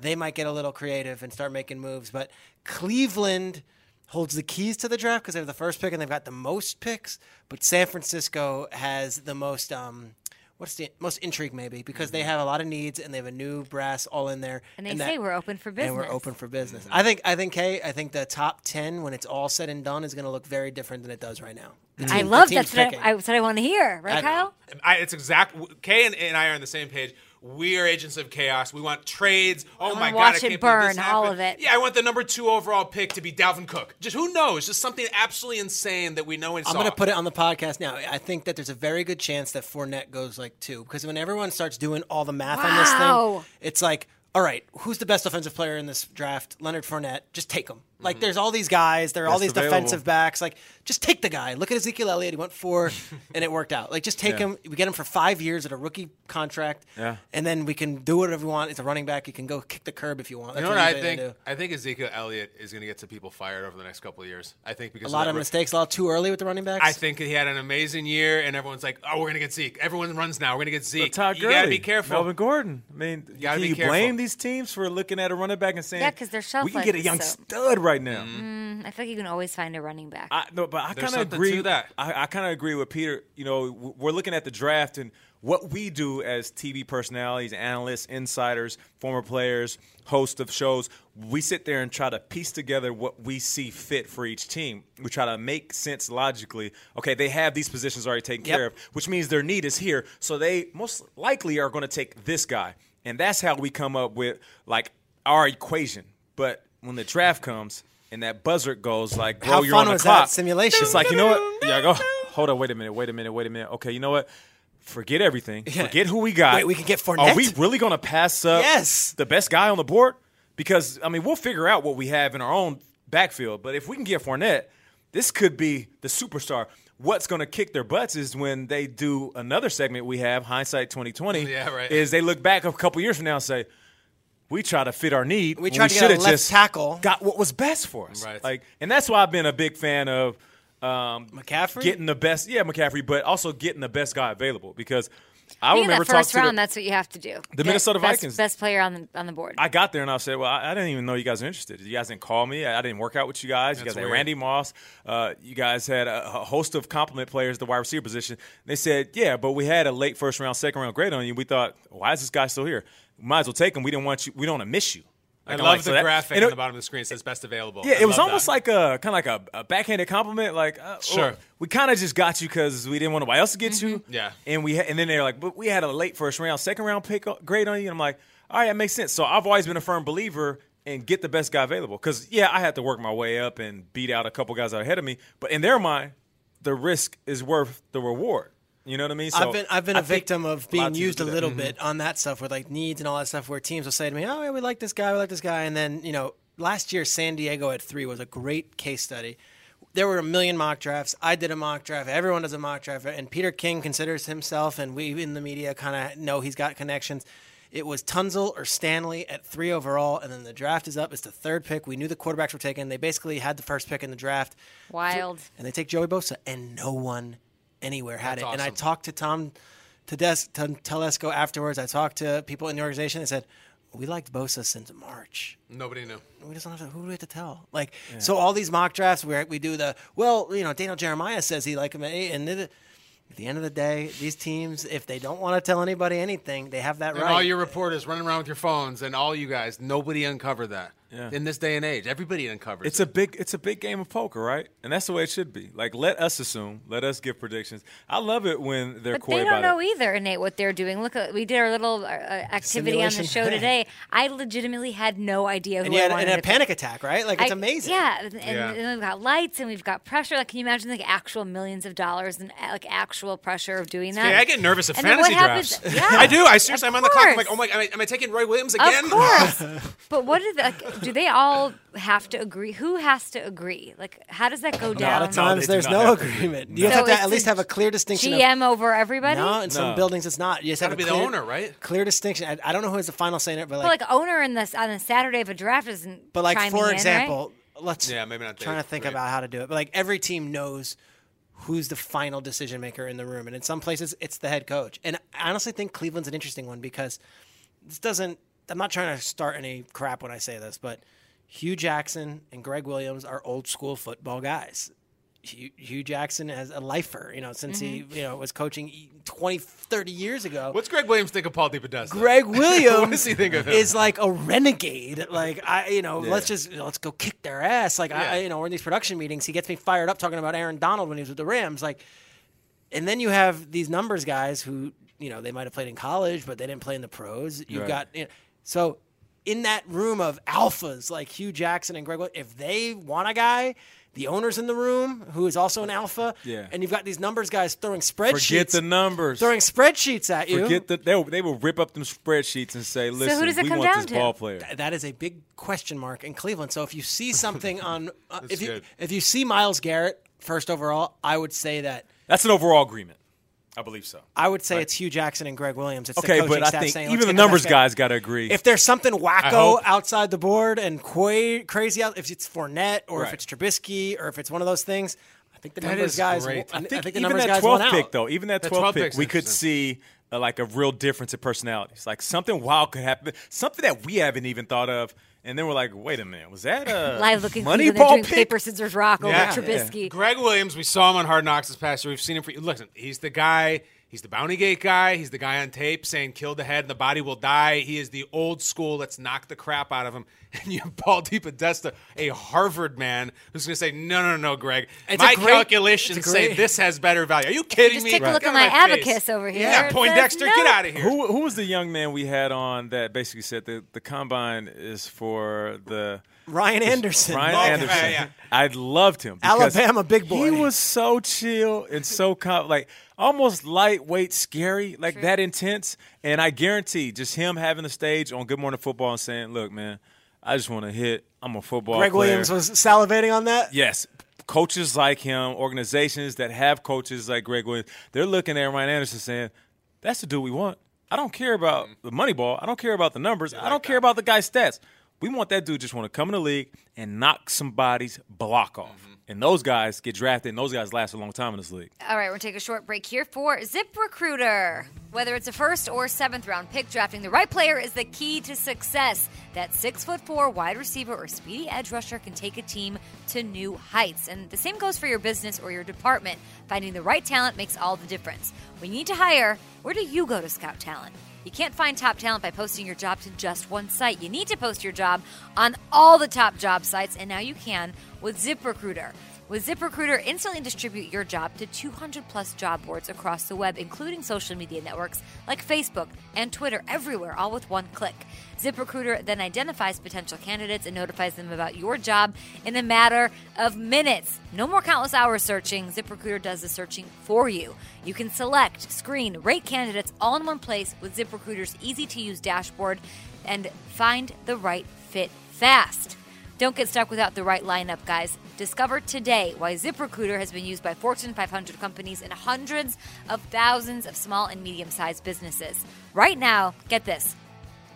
Speaker 4: they might get a little creative and start making moves. But Cleveland holds the keys to the draft because they have the first pick and they've got the most picks. But San Francisco has the most. Um, What's the most intrigue, maybe? Because
Speaker 3: Mm-hmm.
Speaker 4: they have a lot of needs and they have a new brass all in there.
Speaker 1: And they say we're open for
Speaker 4: And we're
Speaker 1: business.
Speaker 4: open for business. I think, I think, hey, I think the top 10, when it's all said and done, is going to look very different than it does right now. The
Speaker 1: I
Speaker 4: team- the
Speaker 1: love
Speaker 4: team's
Speaker 1: that's what
Speaker 4: picking.
Speaker 1: I, I said I want to hear, right,
Speaker 4: I-
Speaker 1: Kyle?
Speaker 3: I, it's exact. Kay and, and I are on the same page. We are agents of chaos. We want trades. Oh
Speaker 1: wanna
Speaker 3: my god!
Speaker 1: watch
Speaker 3: I
Speaker 1: it
Speaker 3: can't believe
Speaker 1: burn,
Speaker 3: this
Speaker 1: all
Speaker 3: happened.
Speaker 1: of it.
Speaker 3: Yeah, I want the number two overall pick to be Dalvin Cook. Just who knows? Just something absolutely insane that we know and
Speaker 4: I'm
Speaker 3: saw.
Speaker 4: going to put it on the podcast now. I think that there's a very good chance that Fournette goes like two because when everyone starts doing all the math on
Speaker 1: Wow.
Speaker 4: this thing, it's like, all right, who's the best offensive player in this draft? Leonard Fournette. Just take him.
Speaker 3: Mm-hmm.
Speaker 4: Like, there's all these guys. There are all
Speaker 2: Best
Speaker 4: these
Speaker 2: available.
Speaker 4: defensive backs. Like, just take the guy. Look at Ezekiel Elliott. He went four, and it worked out. Like, just take him. We get him for five years at a rookie contract.
Speaker 2: Yeah.
Speaker 4: And then we can do whatever we want. It's a running back. You can go kick the curb if you want. That's
Speaker 3: You know what
Speaker 4: what
Speaker 3: I
Speaker 4: he's gonna
Speaker 3: think?
Speaker 4: do.
Speaker 3: I think Ezekiel Elliott is going to get some people fired over the next couple of years. I think because
Speaker 4: A lot
Speaker 3: that
Speaker 4: of
Speaker 3: roo-
Speaker 4: mistakes. A lot too early with the running backs.
Speaker 3: I think he had an amazing year, and everyone's like, "Oh, we're going to get Zeke." Everyone runs now. We're going to get Zeke.
Speaker 2: Todd
Speaker 3: you
Speaker 2: Gurley,
Speaker 3: got to be careful.
Speaker 2: Melvin Gordon. I mean,
Speaker 3: gotta
Speaker 2: can
Speaker 3: be
Speaker 2: you
Speaker 3: careful.
Speaker 2: blame these teams for looking at a running back and saying,
Speaker 1: Yeah, 'cause their shelf
Speaker 2: we can
Speaker 1: life
Speaker 2: get a
Speaker 1: is
Speaker 2: young
Speaker 1: so-
Speaker 2: stud right now."
Speaker 3: Mm-hmm.
Speaker 1: I feel like you can always find a running back.
Speaker 2: I no, but I
Speaker 3: There's
Speaker 2: kind of
Speaker 3: something
Speaker 2: agree.
Speaker 3: to that.
Speaker 2: I, I kind of agree with Peter. You know, w- we're looking at the draft and what we do as TV personalities, analysts, insiders, former players, hosts of shows. We sit there and try to piece together what we see fit for each team. We try to make sense logically. Okay, they have these positions already taken
Speaker 4: Yep.
Speaker 2: care of, which means their need is here. So they most likely are going to take this guy, and that's how we come up with like our equation. But when the draft comes. And that buzzard goes like, bro,
Speaker 4: How
Speaker 2: you're
Speaker 4: fun
Speaker 2: on the
Speaker 4: was that
Speaker 2: clock.
Speaker 4: simulation?
Speaker 2: It's like, you know what? Yeah, I go. Hold on, wait a minute, wait a minute, wait a minute. Okay, you know what? Forget everything. Forget who we got.
Speaker 4: Wait, we can get
Speaker 2: Are
Speaker 4: Fournette?
Speaker 2: we really gonna pass up
Speaker 4: Yes.
Speaker 2: the best guy on the board? Because I mean, we'll figure out what we have in our own backfield. But if we can get Fournette, this could be the superstar. What's gonna kick their butts is when they do another segment we have, hindsight 2020.
Speaker 3: Yeah, right.
Speaker 2: Is they look back a couple years from now and say. We try to fit our need.
Speaker 4: We
Speaker 2: when
Speaker 4: tried to get a
Speaker 2: shoulda
Speaker 4: left
Speaker 2: just
Speaker 4: tackle."
Speaker 2: Got what was best for us.
Speaker 3: Right.
Speaker 2: Like, and that's why I've been a big fan of um,
Speaker 4: McCaffrey?
Speaker 2: getting the best. Yeah, McCaffrey, but also getting the best guy available because I
Speaker 1: Being in
Speaker 2: remember
Speaker 1: that first
Speaker 2: talking
Speaker 1: round,
Speaker 2: to the,
Speaker 1: that's what you have to do.
Speaker 2: the Minnesota
Speaker 1: best,
Speaker 2: Vikings.
Speaker 1: best player on the on the board.
Speaker 2: I got there and I said, "Well, I, I didn't even know you guys were interested. You guys didn't call me. I, I didn't work out with you guys. You guys
Speaker 3: That's weird.
Speaker 2: had Randy Moss. Uh, you guys had a, a host of compliment players at the wide receiver position." They said, "Yeah, but we had a late first round, second round grade on you. We thought, why is this guy still here? Might as well take him. We didn't want you. We don't want to miss you."
Speaker 3: I
Speaker 2: Like,
Speaker 3: love
Speaker 2: I'm like,
Speaker 3: the
Speaker 2: so that-
Speaker 3: graphic
Speaker 2: and
Speaker 3: on
Speaker 2: it-
Speaker 3: the bottom of the screen. It says best available.
Speaker 2: yeah,
Speaker 3: I
Speaker 2: it was
Speaker 3: love that.
Speaker 2: almost like a kind of like a, a backhanded compliment. Like, uh,
Speaker 3: Sure. Mm-hmm.
Speaker 2: oh, we kind of just got you because we didn't want nobody else to get you.
Speaker 3: Yeah.
Speaker 2: and we ha- and then they're like, but we had a late first round, second round pick o- grade on you. And I'm like, all right, that makes sense. So I've always been a firm believer in get the best guy available. Because yeah, I had to work my way up and beat out a couple guys that are ahead of me, but in their mind, the risk is worth the reward. You know what I mean? So
Speaker 4: I've been I've been
Speaker 2: a
Speaker 4: a victim of
Speaker 2: lot
Speaker 4: being
Speaker 2: to
Speaker 4: used
Speaker 2: do
Speaker 4: a
Speaker 2: that. Mm-hmm.
Speaker 4: little bit on that stuff with like needs and all that stuff where teams will say to me, Oh yeah, we like this guy, we like this guy and then, you know, last year San Diego at three was a great case study. There were a million mock drafts. I did a mock draft. Everyone does a mock draft and Peter King considers himself and we in the media kinda know he's got connections. It was Tunzel or Stanley at three overall, and then the draft is up. It's the third pick. We knew the quarterbacks were taken. They basically had the first pick in the draft.
Speaker 1: Wild.
Speaker 4: And they take Joey Bosa, and no one anywhere had it. And I talked to Tom Tedes- Tom Telesco afterwards. I talked to people in the organization. and said, we liked Bosa since March.
Speaker 3: Nobody knew.
Speaker 4: We just don't have to, who do we have to tell? Like, so all these mock drafts where we do the, well, you know, Daniel Jeremiah says he liked him at eight. And it- at the end of the day, these teams, if they don't want to tell anybody anything, they have that
Speaker 3: And
Speaker 4: right.
Speaker 3: all your reporters running around with your phones, and all you guys, nobody uncovered that.
Speaker 2: Yeah.
Speaker 3: In this day and age, everybody uncovers.
Speaker 2: It's a big it's a big game of poker, right? And that's the way it should be. Like let us assume, let us give predictions. I love it when they're
Speaker 1: But they
Speaker 2: coy
Speaker 1: don't
Speaker 2: about
Speaker 1: know
Speaker 2: it.
Speaker 1: either, Nate, what they're doing. Look, uh, we did our little uh, uh, activity on the
Speaker 4: Simulation
Speaker 1: show
Speaker 4: thing.
Speaker 1: today. I legitimately had no idea who
Speaker 4: and you had,
Speaker 1: I wanted
Speaker 4: and a
Speaker 1: to pick.
Speaker 4: panic attack, right? Like, it's
Speaker 1: I-
Speaker 4: amazing.
Speaker 1: Yeah, and, and-
Speaker 3: Yeah.
Speaker 1: and we've got lights and we've got pressure. Like, can you imagine like actual millions of dollars and uh, like actual pressure of doing that?
Speaker 3: Yeah, I get nervous at
Speaker 1: And then
Speaker 3: fantasy
Speaker 1: what
Speaker 3: drafts.
Speaker 1: happens- yeah.
Speaker 3: I do. I seriously,
Speaker 1: Of
Speaker 3: I'm on the clock. I'm
Speaker 1: course.
Speaker 3: like, oh my, am I, am I taking Roy Williams again?
Speaker 1: Of course. but what do they, like, do they all have to agree? Who has to agree? Like, how does that go
Speaker 4: A lot
Speaker 1: down?
Speaker 4: of times
Speaker 2: do
Speaker 4: there's
Speaker 2: not
Speaker 4: no
Speaker 2: have to
Speaker 4: agreement. You
Speaker 1: Um, So
Speaker 4: have to
Speaker 1: it's
Speaker 4: at least
Speaker 1: the
Speaker 4: have a clear distinction. of-
Speaker 1: GM over everybody?
Speaker 4: no, in some
Speaker 2: No.
Speaker 4: buildings it's not. You just have
Speaker 3: Gotta
Speaker 4: a
Speaker 3: be the
Speaker 4: clear-
Speaker 3: owner, right?
Speaker 4: Clear distinction. I, I don't know who has the final say in it, but
Speaker 1: But, like, owner in this on a Saturday of a draft isn't.
Speaker 4: But like
Speaker 1: chiming in,
Speaker 4: for
Speaker 1: right?
Speaker 4: example, let's
Speaker 3: Yeah, maybe not
Speaker 4: trying
Speaker 3: Dave,
Speaker 4: to think
Speaker 3: right.
Speaker 4: about how to do it. But like every team knows who's the final decision maker in the room, and in some places it's the head coach. And I honestly think Cleveland's an interesting one because this doesn't. I'm not trying to start any crap when I say this, but Hugh Jackson and Greg Williams are old school football guys. Hugh, Hugh Jackson as a lifer, you know, since
Speaker 1: Mm-hmm.
Speaker 4: he, you know, was coaching 20, 30 years ago.
Speaker 3: What's Greg Williams think of Paul DiPodesta?
Speaker 4: Greg Williams
Speaker 3: What does he think of him?
Speaker 4: is like a renegade. Like I, you know, let's just let's go kick their ass. Like I,
Speaker 3: Yeah.
Speaker 4: you know, we're in these production meetings, he gets me fired up talking about Aaron Donald when he was with the Rams. Like, and then you have these numbers guys who you know they might have played in college, but they didn't play in the pros. You've
Speaker 2: Right.
Speaker 4: got you know, so in that room of alphas like Hugh Jackson and Greg, Wil- if they want a guy. The owner's in the room, who is also an alpha,
Speaker 2: Yeah.
Speaker 4: and you've got these numbers guys throwing spreadsheets,
Speaker 2: Forget the numbers.
Speaker 4: throwing spreadsheets at you.
Speaker 2: Forget the they, they will rip up them spreadsheets and say, "Listen,
Speaker 1: does it
Speaker 2: we
Speaker 1: come
Speaker 2: want
Speaker 1: down
Speaker 2: this
Speaker 1: to?
Speaker 2: ball player."
Speaker 4: that is a big question mark in Cleveland. So if you see something on, uh, if you
Speaker 3: good.
Speaker 4: if you see Miles Garrett first overall, I would say that
Speaker 2: That's an overall agreement. I believe so.
Speaker 4: I would say it's Hugh Jackson and Greg Williams. It's the
Speaker 2: Okay,
Speaker 4: coaching
Speaker 2: but I
Speaker 4: staff
Speaker 2: think
Speaker 4: saying,
Speaker 2: even
Speaker 4: "Let's
Speaker 2: the
Speaker 4: get best
Speaker 2: numbers
Speaker 4: guy."
Speaker 2: guys got to agree.
Speaker 4: If there's something wacko
Speaker 2: hope.
Speaker 4: outside the board and qua- crazy, out, if it's Fournette or if
Speaker 2: Right.
Speaker 4: it's Trubisky or if it's one of those things, I think the
Speaker 3: That
Speaker 4: numbers
Speaker 3: is
Speaker 4: guys.
Speaker 3: great.
Speaker 4: I,
Speaker 3: I
Speaker 4: think
Speaker 2: think,
Speaker 4: I think the
Speaker 2: even
Speaker 4: numbers
Speaker 2: that
Speaker 4: guys won
Speaker 2: 12th pick,
Speaker 4: out.
Speaker 2: though, even that
Speaker 3: That
Speaker 2: 12th,
Speaker 3: 12
Speaker 2: pick,
Speaker 3: pick's
Speaker 2: we could
Speaker 3: interesting.
Speaker 2: see uh, like a real difference in personalities. Like something wild could happen, something that we haven't even thought of, and then we're like, "Wait a minute, was that a
Speaker 1: Live looking
Speaker 2: money
Speaker 1: Cleveland, they're
Speaker 2: ball
Speaker 1: doing
Speaker 2: pick?"
Speaker 1: paper, scissors, rock over
Speaker 3: Yeah.
Speaker 1: Trubisky.
Speaker 3: Greg Williams, we saw him on Hard Knocks this past year. We've seen him for listen. He's the guy. He's the bounty gate guy. He's the guy on tape saying, "Kill the head, and the body will die." He is the old school. Let's knock the crap out of him. And you have Paul DePodesta, a Harvard man, who's going to say, "No, no, no, Greg.
Speaker 4: It's
Speaker 3: My
Speaker 4: a great-
Speaker 3: calculations
Speaker 4: it's a
Speaker 3: say
Speaker 4: great-
Speaker 3: this has better value. Are you kidding
Speaker 1: just
Speaker 3: me?
Speaker 1: take a look
Speaker 3: Get
Speaker 1: at
Speaker 3: out of
Speaker 1: my
Speaker 3: face.
Speaker 1: abacus over here. It
Speaker 3: Yeah,
Speaker 1: says
Speaker 3: Poindexter,
Speaker 1: no.
Speaker 3: get out of here.
Speaker 2: Who who was the young man we had on that basically said the the combine is for the
Speaker 4: Ryan Anderson,
Speaker 2: Brian
Speaker 3: Love him.
Speaker 2: Anderson.
Speaker 3: Yeah, yeah.
Speaker 2: I loved him. because
Speaker 4: Alabama big boy.
Speaker 2: He was so chill and so calm, like almost lightweight, scary, like that intense. And I guarantee, just him having the stage on Good Morning Football and saying, "Look, man, I just want to hit. I'm a football."
Speaker 4: Greg
Speaker 2: player."
Speaker 4: Williams was salivating on that.
Speaker 2: Yes. Coaches like him, organizations that have coaches like Greg Williams, they're looking at Ryan Anderson saying, that's the dude we want. I don't care about
Speaker 4: Mm-hmm.
Speaker 2: the money ball. I don't care about the numbers. I don't care about the guy's stats. We want that dude just want to come in the league and knock somebody's block off.
Speaker 4: Mm-hmm.
Speaker 2: And those guys get drafted, and those guys last a long time in this league.
Speaker 1: All right, we're taking a short break here for Zip Recruiter. Whether it's a first or seventh round pick, drafting the right player is the key to success. That six foot four wide receiver or speedy edge rusher can take a team to new heights. And the same goes for your business or your department. Finding the right talent makes all the difference. When you need to hire, where do you go to scout talent? You can't find top talent by posting your job to just one site. You need to post your job on all the top job sites, and now you can with ZipRecruiter. With ZipRecruiter, instantly distribute your job to 200 plus job boards across the web, including social media networks like Facebook and Twitter, everywhere, all with one click. ZipRecruiter then identifies potential candidates and notifies them about your job in a matter of minutes. No more countless hours searching. ZipRecruiter does the searching for you. You can select, screen, rate candidates all in one place with ZipRecruiter's easy to use dashboard and find the right fit fast. Don't get stuck without the right lineup, guys. Discover today why ZipRecruiter has been used by Fortune 500 companies and hundreds of thousands of small and medium sized businesses. Right now, get this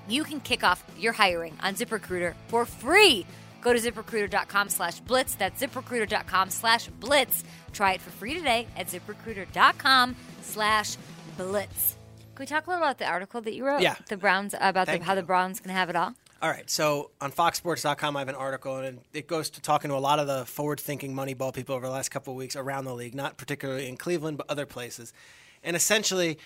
Speaker 1: you can kick off your hiring on ZipRecruiter for free. Go to ziprecruiter.com slash blitz. That's ziprecruiter.com slash blitz. Try it for free today at ziprecruiter.com slash blitz. Can we talk a little about the article that you wrote?
Speaker 4: Yeah.
Speaker 1: The Browns, about the,
Speaker 4: Thank
Speaker 1: how
Speaker 4: you.
Speaker 1: the Browns can have it all?
Speaker 4: All right. So on FoxSports.com, I have an article, and it goes to talking to a lot of the forward-thinking Moneyball people over the last couple of weeks around the league, not particularly in Cleveland, but other places. And essentially,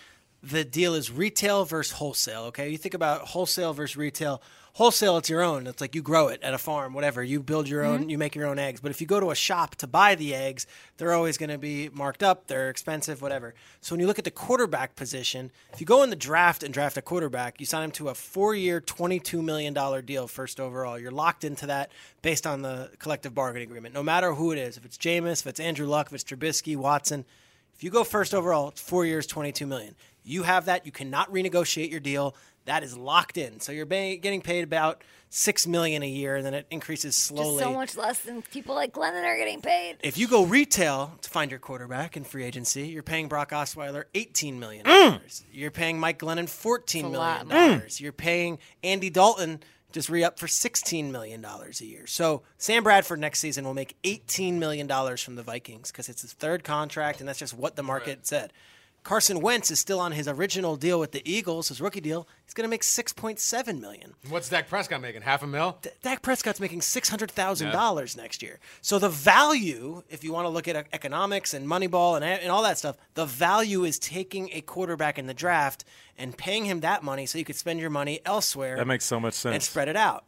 Speaker 4: the deal is retail versus wholesale. Okay, you think about wholesale versus retail. Wholesale, it's your own. It's like you grow it at a farm, whatever. You build your own, you make your own eggs. But if you go to a shop to buy the eggs, they're always going to be marked up. They're expensive, whatever. So when you look at the quarterback position, if you go in the draft and draft a quarterback, you sign him to a four-year, twenty-two million dollar deal first overall. You're locked into that based on the collective bargaining agreement. No matter who it is, if it's Jameis, if it's Andrew Luck, if it's Trubisky, Watson, if you go first overall, it's four years, twenty-two million. You have that. You cannot renegotiate your deal. That is locked in. So you're pay- getting paid about six million a year, and then it increases slowly.
Speaker 1: So much less than people like Glennon are getting paid.
Speaker 4: if you go retail to find your quarterback in free agency, you're paying Brock Osweiler eighteen million dollars. You're paying Mike Glennon fourteen
Speaker 1: lot
Speaker 4: million dollars. Mm. You're paying Andy Dalton just re up for sixteen million dollars a year. So Sam Bradford next season will make eighteen million dollars from the Vikings because it's his third contract, and that's just what the market said. Carson Wentz is still on his original deal with the Eagles, his rookie deal. He's going to make six point seven million.
Speaker 3: What's Dak Prescott making? Half a mil?
Speaker 4: Dak Prescott's making six hundred thousand dollars next year. So the value, if you want to look at e-, economics and Moneyball and and all that stuff, the value is taking a quarterback in the draft and paying him that money so you could spend your money elsewhere
Speaker 2: That makes so much
Speaker 4: and
Speaker 2: sense.
Speaker 4: spread it out.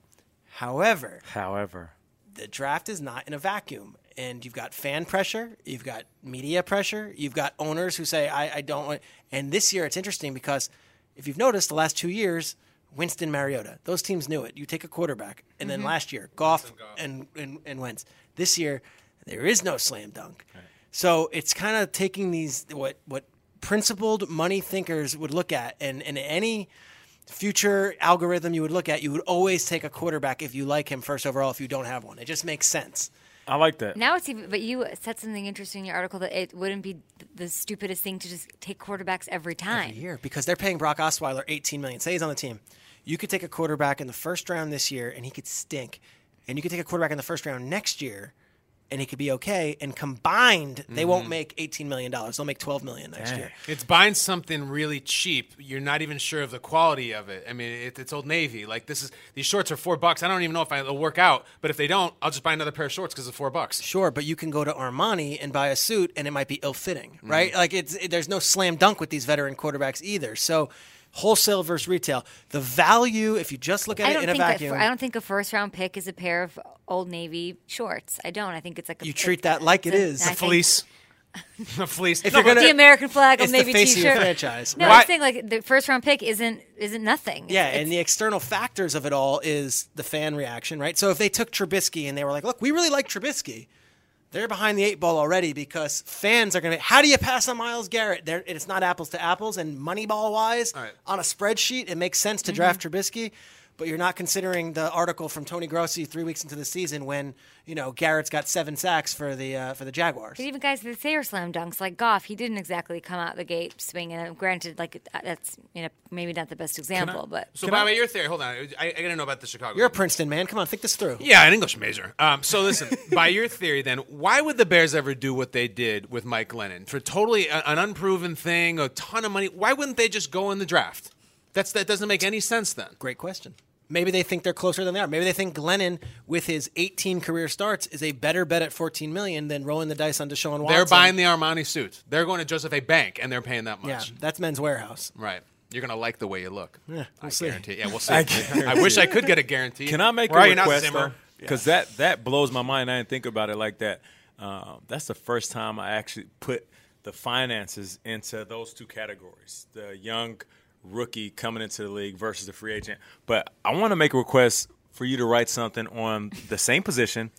Speaker 4: However,
Speaker 2: However,
Speaker 4: the draft is not in a vacuum. And you've got fan pressure, you've got media pressure, you've got owners who say, I, I don't want. And this year it's interesting because if you've noticed the last two years, Winston Mariota, those teams knew it. You take a quarterback. And then last year, Goff and, and, and Wentz. This year, there is no slam dunk. So it's kind of taking these, what, what principled money thinkers would look at. And, and any future algorithm you would look at, you would always take a quarterback if you like him first overall if you don't have one. It just makes sense.
Speaker 2: I like that.
Speaker 1: Now it's even, but you said something interesting in your article that it wouldn't be the stupidest thing to just take quarterbacks every time.
Speaker 4: Here, because they're paying Brock Osweiler 18 million. Say he's on the team. You could take a quarterback in the first round this year and he could stink. And you could take a quarterback in the first round next year and he could be okay. And combined, they won't make 18 million dollars. They'll make 12 million next year.
Speaker 3: It's buying something really cheap. You're not even sure of the quality of it. I mean, it, it's Old Navy. Like this is these shorts are four bucks. I don't even know if I, they'll work out, but if they don't, I'll just buy another pair of shorts because it's four bucks.
Speaker 4: Sure, but you can go to Armani and buy a suit, and it might be ill-fitting, right? Like it's it, there's no slam dunk with these veteran quarterbacks either. So, wholesale versus retail, the value if you just look at
Speaker 1: I
Speaker 4: it
Speaker 1: don't
Speaker 4: in a
Speaker 1: think a,
Speaker 4: vacuum,
Speaker 1: fir- I don't think a first round pick is a pair of Old Navy shorts. I don't. I think it's like a,
Speaker 4: you treat that like it
Speaker 1: it's-
Speaker 4: is.
Speaker 1: I think-
Speaker 3: Fleece, the fleece.
Speaker 4: If
Speaker 3: No,
Speaker 4: you're
Speaker 3: but
Speaker 4: gonna-
Speaker 1: the American flag, Old
Speaker 4: It's the
Speaker 1: Navy
Speaker 4: face of your
Speaker 1: T-shirt.
Speaker 4: franchise.
Speaker 1: No,
Speaker 3: Why-
Speaker 1: I'm saying like the first round pick isn't isn't nothing. It's-
Speaker 4: Yeah,
Speaker 1: it's-
Speaker 4: and the external factors of it all is the fan reaction, right? So if they took Trubisky and they were like, "Look, we really like Trubisky," they're behind the eight ball already because fans are going to. How do you pass on Miles Garrett? They're, it's not apples to apples, and Moneyball wise, on a spreadsheet, it makes sense to draft Trubisky, but you're not considering the article from Tony Grossi three weeks into the season when you know Garrett's got seven sacks for the uh, for the Jaguars.
Speaker 1: But even guys that say are slam dunks, like Goff, he didn't exactly come out the gate swinging. And Granted, like uh, that's you know maybe not the best example, but
Speaker 3: So by the way, your theory. Hold on, I, I gotta know about the Chicago.
Speaker 4: You're a
Speaker 3: game.
Speaker 4: Princeton man. Come on, think this through.
Speaker 3: Yeah, an English major. Um, so listen, by your theory, then why would the Bears ever do what they did with Mike Lennon for totally a, an unproven thing, a ton of money? Why wouldn't they just go in the draft? That's that doesn't make any sense then.
Speaker 4: Great question. Maybe they think they're closer than they are. Maybe they think Glennon, with his 18 career starts, is a better bet at 14 million than rolling the dice on Deshaun Watson.
Speaker 3: They're buying the Armani suit. They're going to Joseph A. Bank, and they're paying that
Speaker 4: yeah.
Speaker 3: much.
Speaker 4: That's Men's Warehouse.
Speaker 3: Right. You're gonna like the way you look. Yeah, I
Speaker 4: we'll see.
Speaker 3: guarantee. Yeah, we'll see.
Speaker 2: I
Speaker 3: I,
Speaker 2: guarantee.
Speaker 3: wish I could get a guarantee.
Speaker 2: Can I make
Speaker 3: Where are
Speaker 2: a
Speaker 3: you now,
Speaker 2: request?
Speaker 3: Zimmer?
Speaker 2: Because that that blows my mind. I didn't think about it like that. Um, that's the first time I actually put the finances into those two categories: the young rookie coming into the league versus the free agent. But I want to make a request for you to write something on the same position,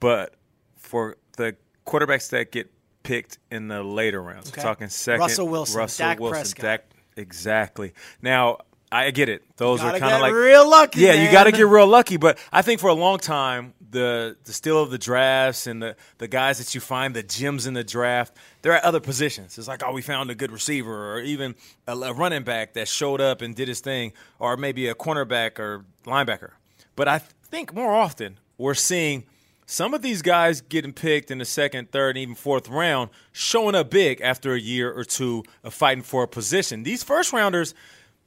Speaker 2: but for the quarterbacks that get picked in the later rounds.
Speaker 4: Okay.
Speaker 2: We're talking second,
Speaker 4: Russell Wilson,
Speaker 2: Russell
Speaker 4: Dak
Speaker 2: Wilson,
Speaker 4: Prescott.
Speaker 2: Dak. Exactly. Now I get it. Those are
Speaker 4: Gotta
Speaker 2: kind of
Speaker 4: get
Speaker 2: like
Speaker 4: real lucky,
Speaker 2: Yeah, you got to
Speaker 4: man.
Speaker 2: get real lucky. But I think for a long time, the the the steal of the drafts and the the guys that you find the gems in the draft. They're at other positions. It's like oh, we found a good receiver, or even a, a running back that showed up and did his thing, or maybe a cornerback or linebacker. But I think more often we're seeing some of these guys getting picked in the second, third, and even fourth round, showing up big after a year or two of fighting for a position. These first rounders,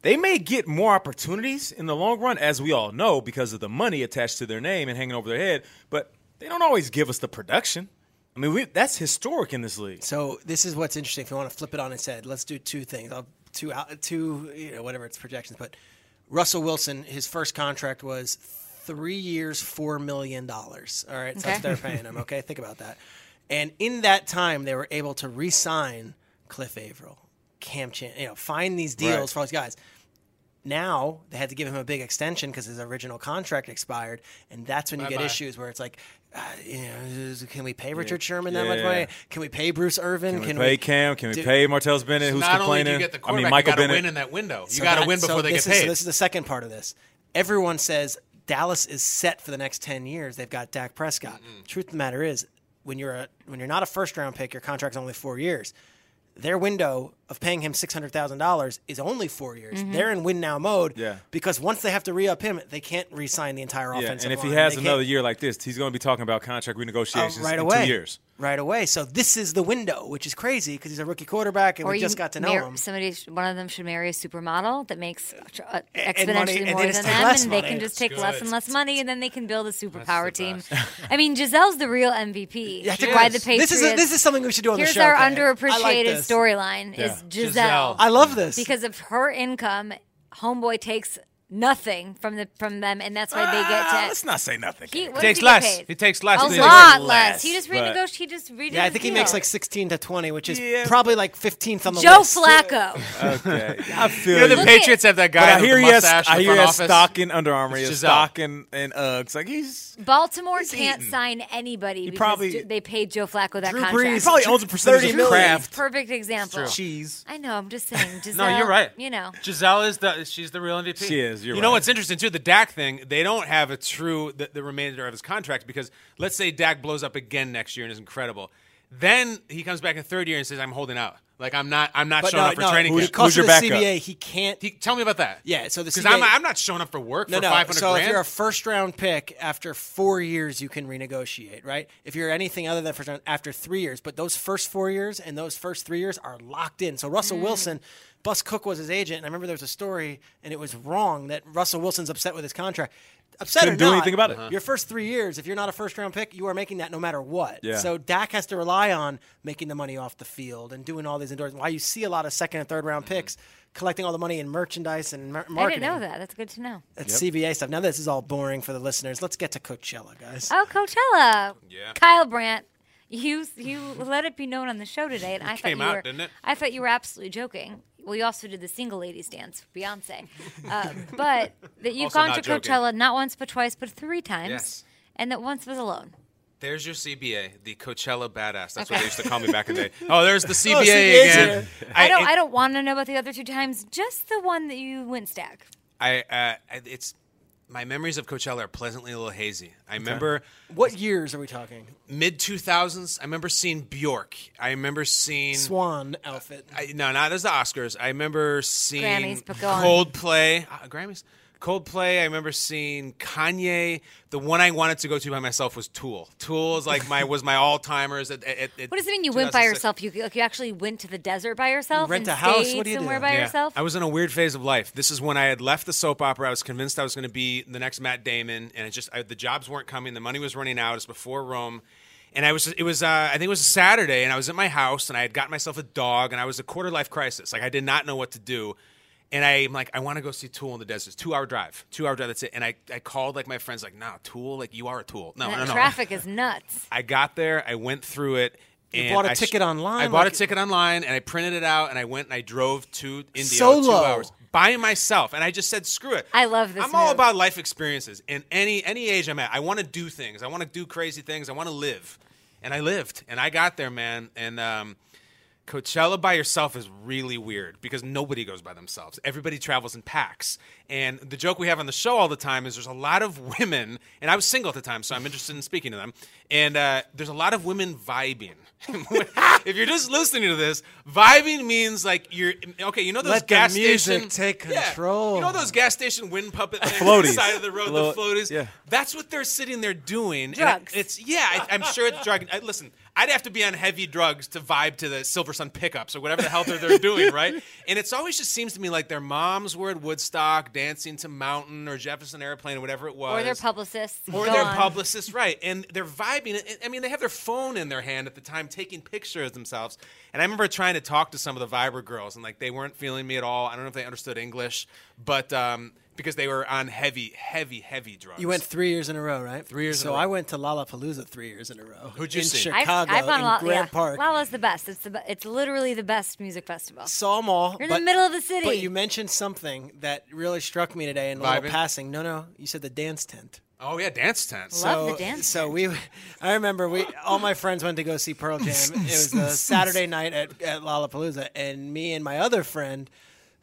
Speaker 2: they may get more opportunities in the long run, as we all know, because of the money attached to their name and hanging over their head, but they don't always give us the production. I mean, we, that's historic in this league.
Speaker 4: So this is what's interesting. If you want to flip it on its head, let's do two things. I'll, two out, two, you know, whatever its projections. But Russell Wilson, his first contract was three years, four million dollars. All right, so
Speaker 1: Okay.
Speaker 4: that's they're paying him. Okay, think about that. And in that time, they were able to re-sign Cliff Averill, Cam Chan, you know, find these deals
Speaker 2: Right.
Speaker 4: for all these guys. Now they had to give him a big extension because his original contract expired, and that's when you get issues where it's like, uh, you know, can we pay Richard Sherman that much
Speaker 2: Yeah.
Speaker 4: money? Can we pay Bruce Irvin? Can,
Speaker 2: Can we pay Cam? Can we pay Martellus Bennett, who's
Speaker 3: Not only
Speaker 2: complaining?
Speaker 3: do you get the
Speaker 2: I
Speaker 3: quarterback,
Speaker 2: mean, Michael
Speaker 3: you got to
Speaker 2: Bennett.
Speaker 3: win in that window. You
Speaker 4: So
Speaker 3: got to
Speaker 4: that-
Speaker 3: win before
Speaker 4: so
Speaker 3: they
Speaker 4: this
Speaker 3: get
Speaker 4: is-
Speaker 3: paid.
Speaker 4: so this is the second part of this. Everyone says Dallas is set for the next ten years. They've got Dak Prescott. Truth of the matter is, when you're a when you're not a first round pick, your contract's only four years. Their window of paying him six hundred thousand dollars is only four years. They're in win now mode
Speaker 2: Yeah.
Speaker 4: because once they have to re up him, they can't re sign the entire
Speaker 2: Yeah,
Speaker 4: offensive
Speaker 2: and if he
Speaker 4: line.
Speaker 2: has
Speaker 4: They can't-
Speaker 2: another year like this, he's going to be talking about
Speaker 3: Oh,
Speaker 2: contract
Speaker 4: uh,
Speaker 2: renegotiations
Speaker 4: right
Speaker 2: in
Speaker 4: away,
Speaker 2: two years.
Speaker 4: right away. So this is the window, which is crazy because he's a rookie quarterback, and we just got to know
Speaker 1: mar-
Speaker 4: him.
Speaker 1: Somebody, sh- one of them should marry a supermodel that makes tr- uh,
Speaker 4: and
Speaker 1: exponentially
Speaker 4: money- and they
Speaker 1: more
Speaker 4: just
Speaker 1: than
Speaker 4: take
Speaker 1: them,
Speaker 4: less
Speaker 1: and they
Speaker 4: money.
Speaker 1: can just take
Speaker 3: That's
Speaker 1: less
Speaker 3: good.
Speaker 1: and less money, and then they can build a superpower team. I mean, Giselle's the real MVP.
Speaker 4: That's
Speaker 1: Why the
Speaker 4: gross.
Speaker 1: Patriots?
Speaker 4: This is a, this is something we should do on
Speaker 1: Here's
Speaker 4: the show.
Speaker 1: our
Speaker 4: Kay. I like
Speaker 1: underappreciated
Speaker 4: this.
Speaker 1: storyline:
Speaker 2: Yeah.
Speaker 1: is Giselle,
Speaker 3: Giselle.
Speaker 4: I love this
Speaker 1: because of her income, homeboy takes nothing from the from them, and that's why they
Speaker 2: Ah,
Speaker 1: get
Speaker 2: let's
Speaker 1: to.
Speaker 2: not say nothing.
Speaker 1: He, what
Speaker 3: He
Speaker 1: does
Speaker 3: takes
Speaker 1: he get
Speaker 3: less.
Speaker 1: paid?
Speaker 3: He takes less
Speaker 1: A
Speaker 3: than-
Speaker 1: lot
Speaker 2: Less.
Speaker 1: less. He just
Speaker 2: But-
Speaker 1: renegotiated. He just redid
Speaker 4: Yeah, I think
Speaker 1: his
Speaker 4: he makes
Speaker 1: deal.
Speaker 4: like 16 to 20, which is
Speaker 2: Yeah.
Speaker 4: probably like 15th on the
Speaker 1: Joe
Speaker 4: list.
Speaker 1: Flacco.
Speaker 2: Okay. I feel
Speaker 3: You know,
Speaker 2: you.
Speaker 3: the
Speaker 1: Look at-
Speaker 3: Patriots have that guy.
Speaker 2: But I
Speaker 3: with
Speaker 2: hear
Speaker 3: the
Speaker 2: he has,
Speaker 3: mustache in
Speaker 2: I
Speaker 3: the
Speaker 2: hear he
Speaker 3: front
Speaker 2: has
Speaker 3: office.
Speaker 2: stock in Under Armour, he
Speaker 3: It's
Speaker 2: has
Speaker 3: Giselle.
Speaker 2: stock in, in Uggs. Like he's
Speaker 1: Baltimore can't
Speaker 2: eating.
Speaker 1: sign anybody because
Speaker 2: probably-
Speaker 1: J- they paid Joe Flacco that
Speaker 4: Drew
Speaker 1: contract.
Speaker 4: Brees
Speaker 2: he probably owns a percentage
Speaker 4: 30
Speaker 2: of
Speaker 4: million.
Speaker 2: Kraft.
Speaker 1: Perfect example.
Speaker 2: Cheese.
Speaker 1: I know. I'm just saying.
Speaker 3: No,
Speaker 1: Giselle,
Speaker 3: you're right.
Speaker 1: You know,
Speaker 3: Giselle is the she's the real MVP.
Speaker 2: She is, you're
Speaker 3: you know
Speaker 2: right.
Speaker 3: what's interesting too? The Dak thing. They don't have a true the, the remainder of his contract because let's say Dak blows up again next year and is incredible, then he comes back in third year and says, "I'm holding out. Like I'm not. I'm not
Speaker 4: But
Speaker 3: showing
Speaker 4: no,
Speaker 3: up for
Speaker 4: no,
Speaker 3: training
Speaker 2: who's-
Speaker 3: camp."
Speaker 4: because
Speaker 2: who's your
Speaker 4: of the
Speaker 2: backup?
Speaker 4: CBA, he can't.
Speaker 3: He- tell me about that.
Speaker 4: Yeah, so the
Speaker 3: because
Speaker 4: CBA
Speaker 3: I'm, I'm not showing up for work
Speaker 4: no,
Speaker 3: for
Speaker 4: no.
Speaker 3: 500
Speaker 4: so
Speaker 3: grand.
Speaker 4: if you're a first round pick, after four years, you can renegotiate, right? If you're anything other than first round, after three years. But those first four years and those first three years are locked in. So Russell
Speaker 3: Mm.
Speaker 4: Wilson, Bus Cook was his agent. And I remember there was a story, and it was wrong that Russell Wilson's upset with his contract. Upset
Speaker 2: Couldn't
Speaker 4: or
Speaker 2: do
Speaker 4: not,
Speaker 2: anything about it. Uh-huh.
Speaker 4: Your first three years, if you're not a first round pick, you are making that no matter what.
Speaker 2: Yeah.
Speaker 4: So Dak has to rely on making the money off the field and doing all these endorsements. Why you see a lot of second and third round
Speaker 2: Mm-hmm.
Speaker 4: picks collecting all the money in merchandise and mar-
Speaker 1: I
Speaker 4: marketing.
Speaker 1: didn't know that. That's good to know.
Speaker 4: That's CBA stuff. Now this is all boring for the listeners. Let's get to Coachella, guys.
Speaker 1: Oh, Coachella.
Speaker 3: Yeah.
Speaker 1: Kyle Brandt. You you let it be known on the show today, and I thought
Speaker 3: came
Speaker 1: you
Speaker 3: out,
Speaker 1: were,
Speaker 3: didn't it?
Speaker 1: I thought you were absolutely joking. Well, you also did the single ladies dance, Beyonce, uh, but that you've
Speaker 3: Also
Speaker 1: gone to
Speaker 3: not joking.
Speaker 1: Coachella not once but twice, but three times,
Speaker 3: Yes.
Speaker 1: and that once was alone.
Speaker 3: There's your CBA, the Coachella badass. That's what they used to call me back in the day. Oh, there's the CBA,
Speaker 4: CBA 's
Speaker 3: again.
Speaker 1: I don't.
Speaker 3: it-
Speaker 1: I don't want to know about the other two times. Just the one that you went stack.
Speaker 3: I, uh, I- it's my memories of Coachella are pleasantly a little hazy. I remember
Speaker 4: What years are we talking?
Speaker 3: mid two thousands. I remember seeing Bjork. I remember seeing
Speaker 4: Swan outfit.
Speaker 3: I, no, not as the Oscars. I remember seeing
Speaker 1: Grammys, but go on.
Speaker 3: Coldplay. Uh, Grammys. Coldplay. I remember seeing Kanye. The one I wanted to go to by myself was Tool. Tool is like my was my all timers. At, at, at
Speaker 1: What does it mean you went by
Speaker 3: 2006?
Speaker 1: yourself? You like you actually went to the desert by yourself?
Speaker 4: You rent
Speaker 1: and
Speaker 4: a house?
Speaker 1: stayed
Speaker 4: What do you do?
Speaker 1: somewhere by
Speaker 3: Yeah.
Speaker 1: yourself?
Speaker 3: I was in a weird phase of life. This is when I had left the soap opera. I was convinced I was going to be the next Matt Damon, and it just I, the jobs weren't coming. The money was running out. It was before Rome, and I was it was uh, I think it was a Saturday, and I was at my house, and I had gotten myself a dog, and I was a quarter life crisis. Like I did not know what to do. And I'm like, I want to go see Tool in the desert. Two hour drive, two hour drive. That's it. And I, I called like my friends, like, nah, Tool, like you are a Tool. No,
Speaker 1: That
Speaker 3: no, no.
Speaker 1: traffic is nuts.
Speaker 3: I got there, I went through it.
Speaker 4: You
Speaker 3: And
Speaker 4: bought a
Speaker 3: I
Speaker 4: ticket online,
Speaker 3: I bought
Speaker 4: like-
Speaker 3: a ticket online, and I printed it out, and I went and I drove to India two
Speaker 4: Solo.
Speaker 3: hours by myself, and I just said, "Screw it."
Speaker 1: I love this
Speaker 3: I'm all
Speaker 1: move.
Speaker 3: about life experiences. In any any age I'm at, I want to do things. I want to do crazy things. I want to live, and I lived, and I got there, man. And um, Coachella by yourself is really weird because nobody goes by themselves. Everybody travels in packs. And the joke we have on the show all the time is there's a lot of women, and I was single at the time, so I'm interested in speaking to them. And uh, there's a lot of women vibing. if you're just listening to this, vibing means like you're okay. You know those
Speaker 4: Let the
Speaker 3: gas
Speaker 4: music
Speaker 3: station
Speaker 4: take
Speaker 3: Yeah.
Speaker 4: control.
Speaker 3: You know those gas station wind puppet things on the
Speaker 2: floaties.
Speaker 3: side of the road,
Speaker 2: Little-
Speaker 3: the floaties.
Speaker 2: yeah.
Speaker 3: That's what they're sitting there doing. And
Speaker 5: Drugs.
Speaker 3: it- it's yeah, I, I'm sure it's drug. I, listen, I'd have to be on heavy drugs to vibe to the Silver Sun pickups or whatever the hell they're, they're doing, right? And it's always just seems to me like their moms were at Woodstock dancing to Mountain or Jefferson Airplane or whatever it was.
Speaker 1: Or their publicists.
Speaker 3: Or
Speaker 1: Go
Speaker 3: their
Speaker 1: on.
Speaker 3: publicist, right? And they're vibing. And- I mean, they have their phone in their hand at the time, taking pictures of themselves. And I remember trying to talk to some of the Viber girls, and like they weren't feeling me at all. I don't know if they understood English, but um, because they were on heavy, heavy, heavy drugs.
Speaker 4: You went three years in a row, right? Three
Speaker 3: years in
Speaker 4: So
Speaker 3: a row.
Speaker 4: I went to Lollapalooza three years in a row.
Speaker 3: Who'd you
Speaker 4: in
Speaker 3: see?
Speaker 1: I've,
Speaker 4: Chicago
Speaker 1: I've gone
Speaker 4: in
Speaker 1: a lot.
Speaker 4: Grant
Speaker 1: yeah.
Speaker 4: Park.
Speaker 1: Lala's the best. It's the be- it's literally the best music festival.
Speaker 4: Saw them all.
Speaker 1: You're in the middle of the city.
Speaker 4: But you mentioned something that really struck me today in a little
Speaker 3: Vibing?
Speaker 4: passing. No, no, you said the dance tent.
Speaker 3: Oh yeah, dance tents.
Speaker 1: Love
Speaker 4: so,
Speaker 1: the dance
Speaker 4: So we, I remember we all my friends went to go see Pearl Jam. it was a Saturday night at, at Lollapalooza, and me and my other friend,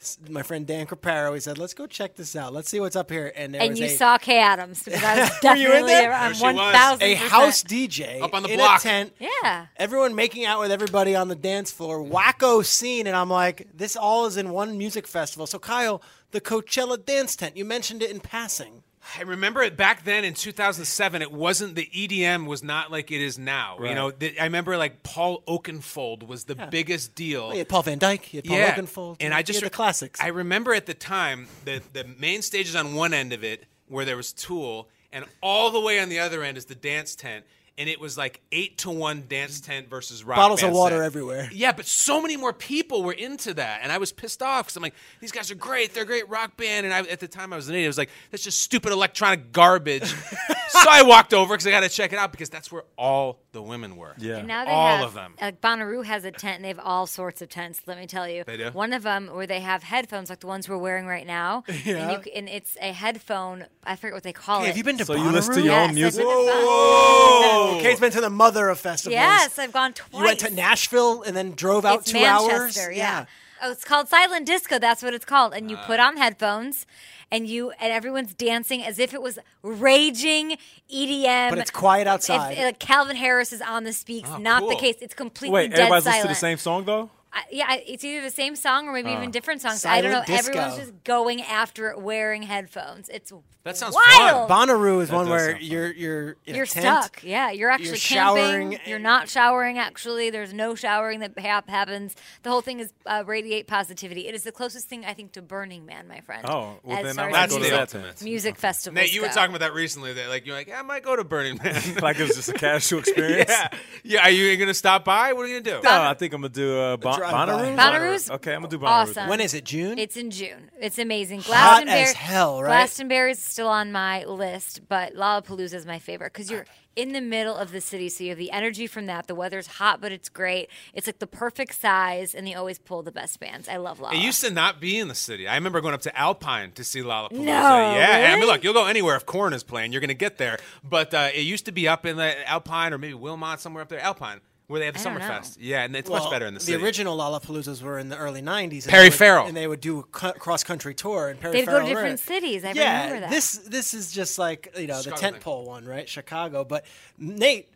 Speaker 4: s- my friend Dan Caparo, we said, "Let's go check this out. Let's see what's up here." And there
Speaker 1: and
Speaker 4: was
Speaker 1: you
Speaker 4: a,
Speaker 1: saw Kay Adams because I was definitely
Speaker 4: you in there?
Speaker 1: on
Speaker 3: There she was.
Speaker 1: one thousand.
Speaker 4: a house DJ
Speaker 3: Up on the
Speaker 4: in
Speaker 3: block.
Speaker 4: a tent.
Speaker 1: Yeah.
Speaker 4: Everyone making out with everybody on the dance floor, wacko scene, and I'm like, this all is in one music festival. So Kyle, the Coachella dance tent, you mentioned it in passing.
Speaker 3: I remember it back then in 2007. It wasn't the EDM was not like it is now. You know, th- I remember like Paul Oakenfold was the biggest deal.
Speaker 4: You had Paul Van Dyke, you had Oh, Paul
Speaker 3: yeah.
Speaker 4: Oakenfold,
Speaker 3: and
Speaker 4: you
Speaker 3: I
Speaker 4: had
Speaker 3: just
Speaker 4: the classics.
Speaker 3: I remember at the time the the main stage is on one end of it where there was Tool, and all the way on the other end is the dance tent. And it was like eight to one dance tent versus rock.
Speaker 4: Mm. Bottles of
Speaker 3: band
Speaker 4: water
Speaker 3: set.
Speaker 4: everywhere.
Speaker 3: Yeah, but so many more people were into that, and I was pissed off because I'm like, these guys are great. They're a great rock band, and I, at the time I was an idiot. I was like, that's just stupid electronic garbage. so I walked over because I got to check it out because that's where all the women were.
Speaker 2: Yeah.
Speaker 1: And now they
Speaker 3: All
Speaker 1: have,
Speaker 3: of them.
Speaker 1: Like Bonnaroo has a tent, and they have all sorts of tents. Let me tell you,
Speaker 3: They do?
Speaker 1: One of them where they have headphones, like the ones we're wearing right now. Yeah. And, you, c- and it's a headphone. I forget what they call it.
Speaker 4: Have you been to
Speaker 2: So you listen to
Speaker 4: Bonnaroo?
Speaker 2: your
Speaker 1: Yes,
Speaker 2: own
Speaker 1: I've
Speaker 2: music?
Speaker 1: been to Bonnaroo.
Speaker 3: Whoa!
Speaker 4: Kate's Oh, been to the mother of festivals.
Speaker 1: Yes, I've gone twice.
Speaker 4: You went to Nashville and then drove out
Speaker 1: It's
Speaker 4: two hours.
Speaker 1: Manchester, Yeah. Oh, it's called silent disco. That's what it's called. And
Speaker 3: Ah.
Speaker 1: you put on headphones, and you and everyone's dancing as if it was raging E EDM.
Speaker 4: But it's quiet
Speaker 1: It's-
Speaker 4: outside.
Speaker 1: It's, like Calvin Harris is on the speaks. not the
Speaker 3: Ah, cool.
Speaker 1: case. It's completely
Speaker 2: Wait,
Speaker 1: dead
Speaker 2: everybody's
Speaker 1: silent.
Speaker 2: listening to the same song though?
Speaker 1: I, yeah, I- it's either the same song or maybe even different songs. I don't know.
Speaker 4: Silent
Speaker 1: Everyone's
Speaker 4: disco.
Speaker 1: just going after it, wearing headphones. It's
Speaker 3: That sounds
Speaker 1: wild.
Speaker 4: Bonnaroo is one
Speaker 2: does
Speaker 4: where
Speaker 2: sound fun.
Speaker 4: you're you're in a
Speaker 1: You're
Speaker 4: tent.
Speaker 1: stuck. Yeah, you're actually
Speaker 4: showering
Speaker 1: camping. You're
Speaker 4: and-
Speaker 1: not showering. Actually, there's no showering that hap- happens. The whole thing is uh, radiate positivity. It is the closest thing I think to Burning Man, my friend.
Speaker 2: Oh, well
Speaker 1: as
Speaker 2: then
Speaker 1: far
Speaker 2: I
Speaker 1: as
Speaker 2: might go to
Speaker 1: music,
Speaker 2: that then.
Speaker 1: music festivals.
Speaker 3: Nate, you were
Speaker 1: go.
Speaker 3: talking about that recently. That like you're like, I might go to Burning Man.
Speaker 2: like it was just a casual experience.
Speaker 3: yeah, yeah. Are you gonna stop by? What are you gonna do?
Speaker 2: No, I think I'm gonna do uh, bon-
Speaker 4: drive
Speaker 2: Bonnaroo.
Speaker 1: by. Bonnaroo's
Speaker 2: Okay, I'm gonna do Bonnaroo.
Speaker 1: awesome.
Speaker 4: When is it? June.
Speaker 1: It's in June. It's amazing.
Speaker 4: Hot
Speaker 1: Glastonbury,
Speaker 4: as hell, right?
Speaker 1: Glastonbury is still on my list, but Lollapalooza is my favorite because you're in the middle of the city, so you have the energy from that. The weather's hot, but it's great. It's like the perfect size, and they always pull the best bands. I love Lolla.
Speaker 3: It used to not be in the city. I remember going up to Alpine to see Lollapalooza.
Speaker 1: No,
Speaker 3: yeah, and I mean,
Speaker 1: really?
Speaker 3: look, you'll go anywhere if Corn is playing, you're going to get there. But uh, it used to be up in the Alpine or maybe Wilmot somewhere up there, Alpine, where they have the
Speaker 1: I
Speaker 3: summer
Speaker 1: don't
Speaker 3: fest. Yeah, and it's
Speaker 4: Well,
Speaker 3: much better in the city.
Speaker 4: original Lollapaloozas were in the early '90s. and
Speaker 3: Perry
Speaker 4: they would-
Speaker 3: Farrell.
Speaker 4: and they would do a cross country tour. And Perry
Speaker 1: They'd go
Speaker 4: Farrell
Speaker 1: to different
Speaker 4: wrote it.
Speaker 1: cities. I
Speaker 4: yeah,
Speaker 1: remember that.
Speaker 4: this this is just like you know
Speaker 3: Chicago
Speaker 4: the
Speaker 3: thing.
Speaker 4: tentpole one, right? Chicago. But Nate.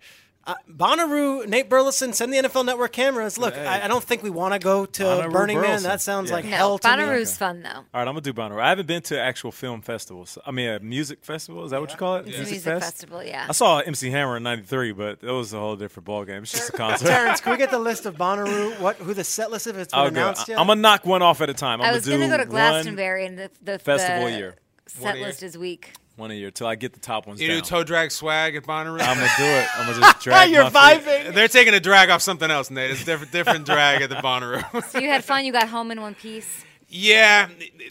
Speaker 4: Uh, Bonnaroo, Nate Burleson, send the NFL Network cameras. Look, I, I don't think we want to go to
Speaker 2: Bonnaroo
Speaker 4: Burning Man.
Speaker 2: Burleson.
Speaker 4: That sounds
Speaker 2: Yeah.
Speaker 4: like
Speaker 1: no,
Speaker 4: hell to me.
Speaker 1: Bonnaroo's fun though.
Speaker 2: All right, I'm gonna do Bonnaroo. I haven't been to actual film festivals. I mean, a music festival. Is that what you call it?
Speaker 1: It's a music festival, yeah.
Speaker 2: I saw MC Hammer in '93, but that was a whole different ballgame. It's just a concert.
Speaker 4: Terrence, can we get the list of Bonnaroo? What who the set list of it's been
Speaker 2: I'll go.
Speaker 4: announced
Speaker 2: I-
Speaker 4: yet?
Speaker 2: I'm gonna knock one off at a time. I'm
Speaker 1: I was
Speaker 2: gonna
Speaker 1: gonna go
Speaker 2: do
Speaker 1: to
Speaker 2: One,
Speaker 1: Glastonbury, and the, the
Speaker 2: festival
Speaker 1: the
Speaker 2: a year.
Speaker 3: One a
Speaker 1: set
Speaker 3: year.
Speaker 1: list is weak.
Speaker 2: one a year till I get the top ones
Speaker 3: you do
Speaker 2: down.
Speaker 3: toe drag swag at Bonnaroo?
Speaker 4: Um,
Speaker 2: I'm gonna do it. I'm gonna just drag.
Speaker 4: You're
Speaker 2: my feet.
Speaker 4: vibing.
Speaker 3: They're taking a drag off something else, Nate. It's different, different drag at the Bonnaroo.
Speaker 1: So you had fun. You got home in one piece.
Speaker 3: yeah.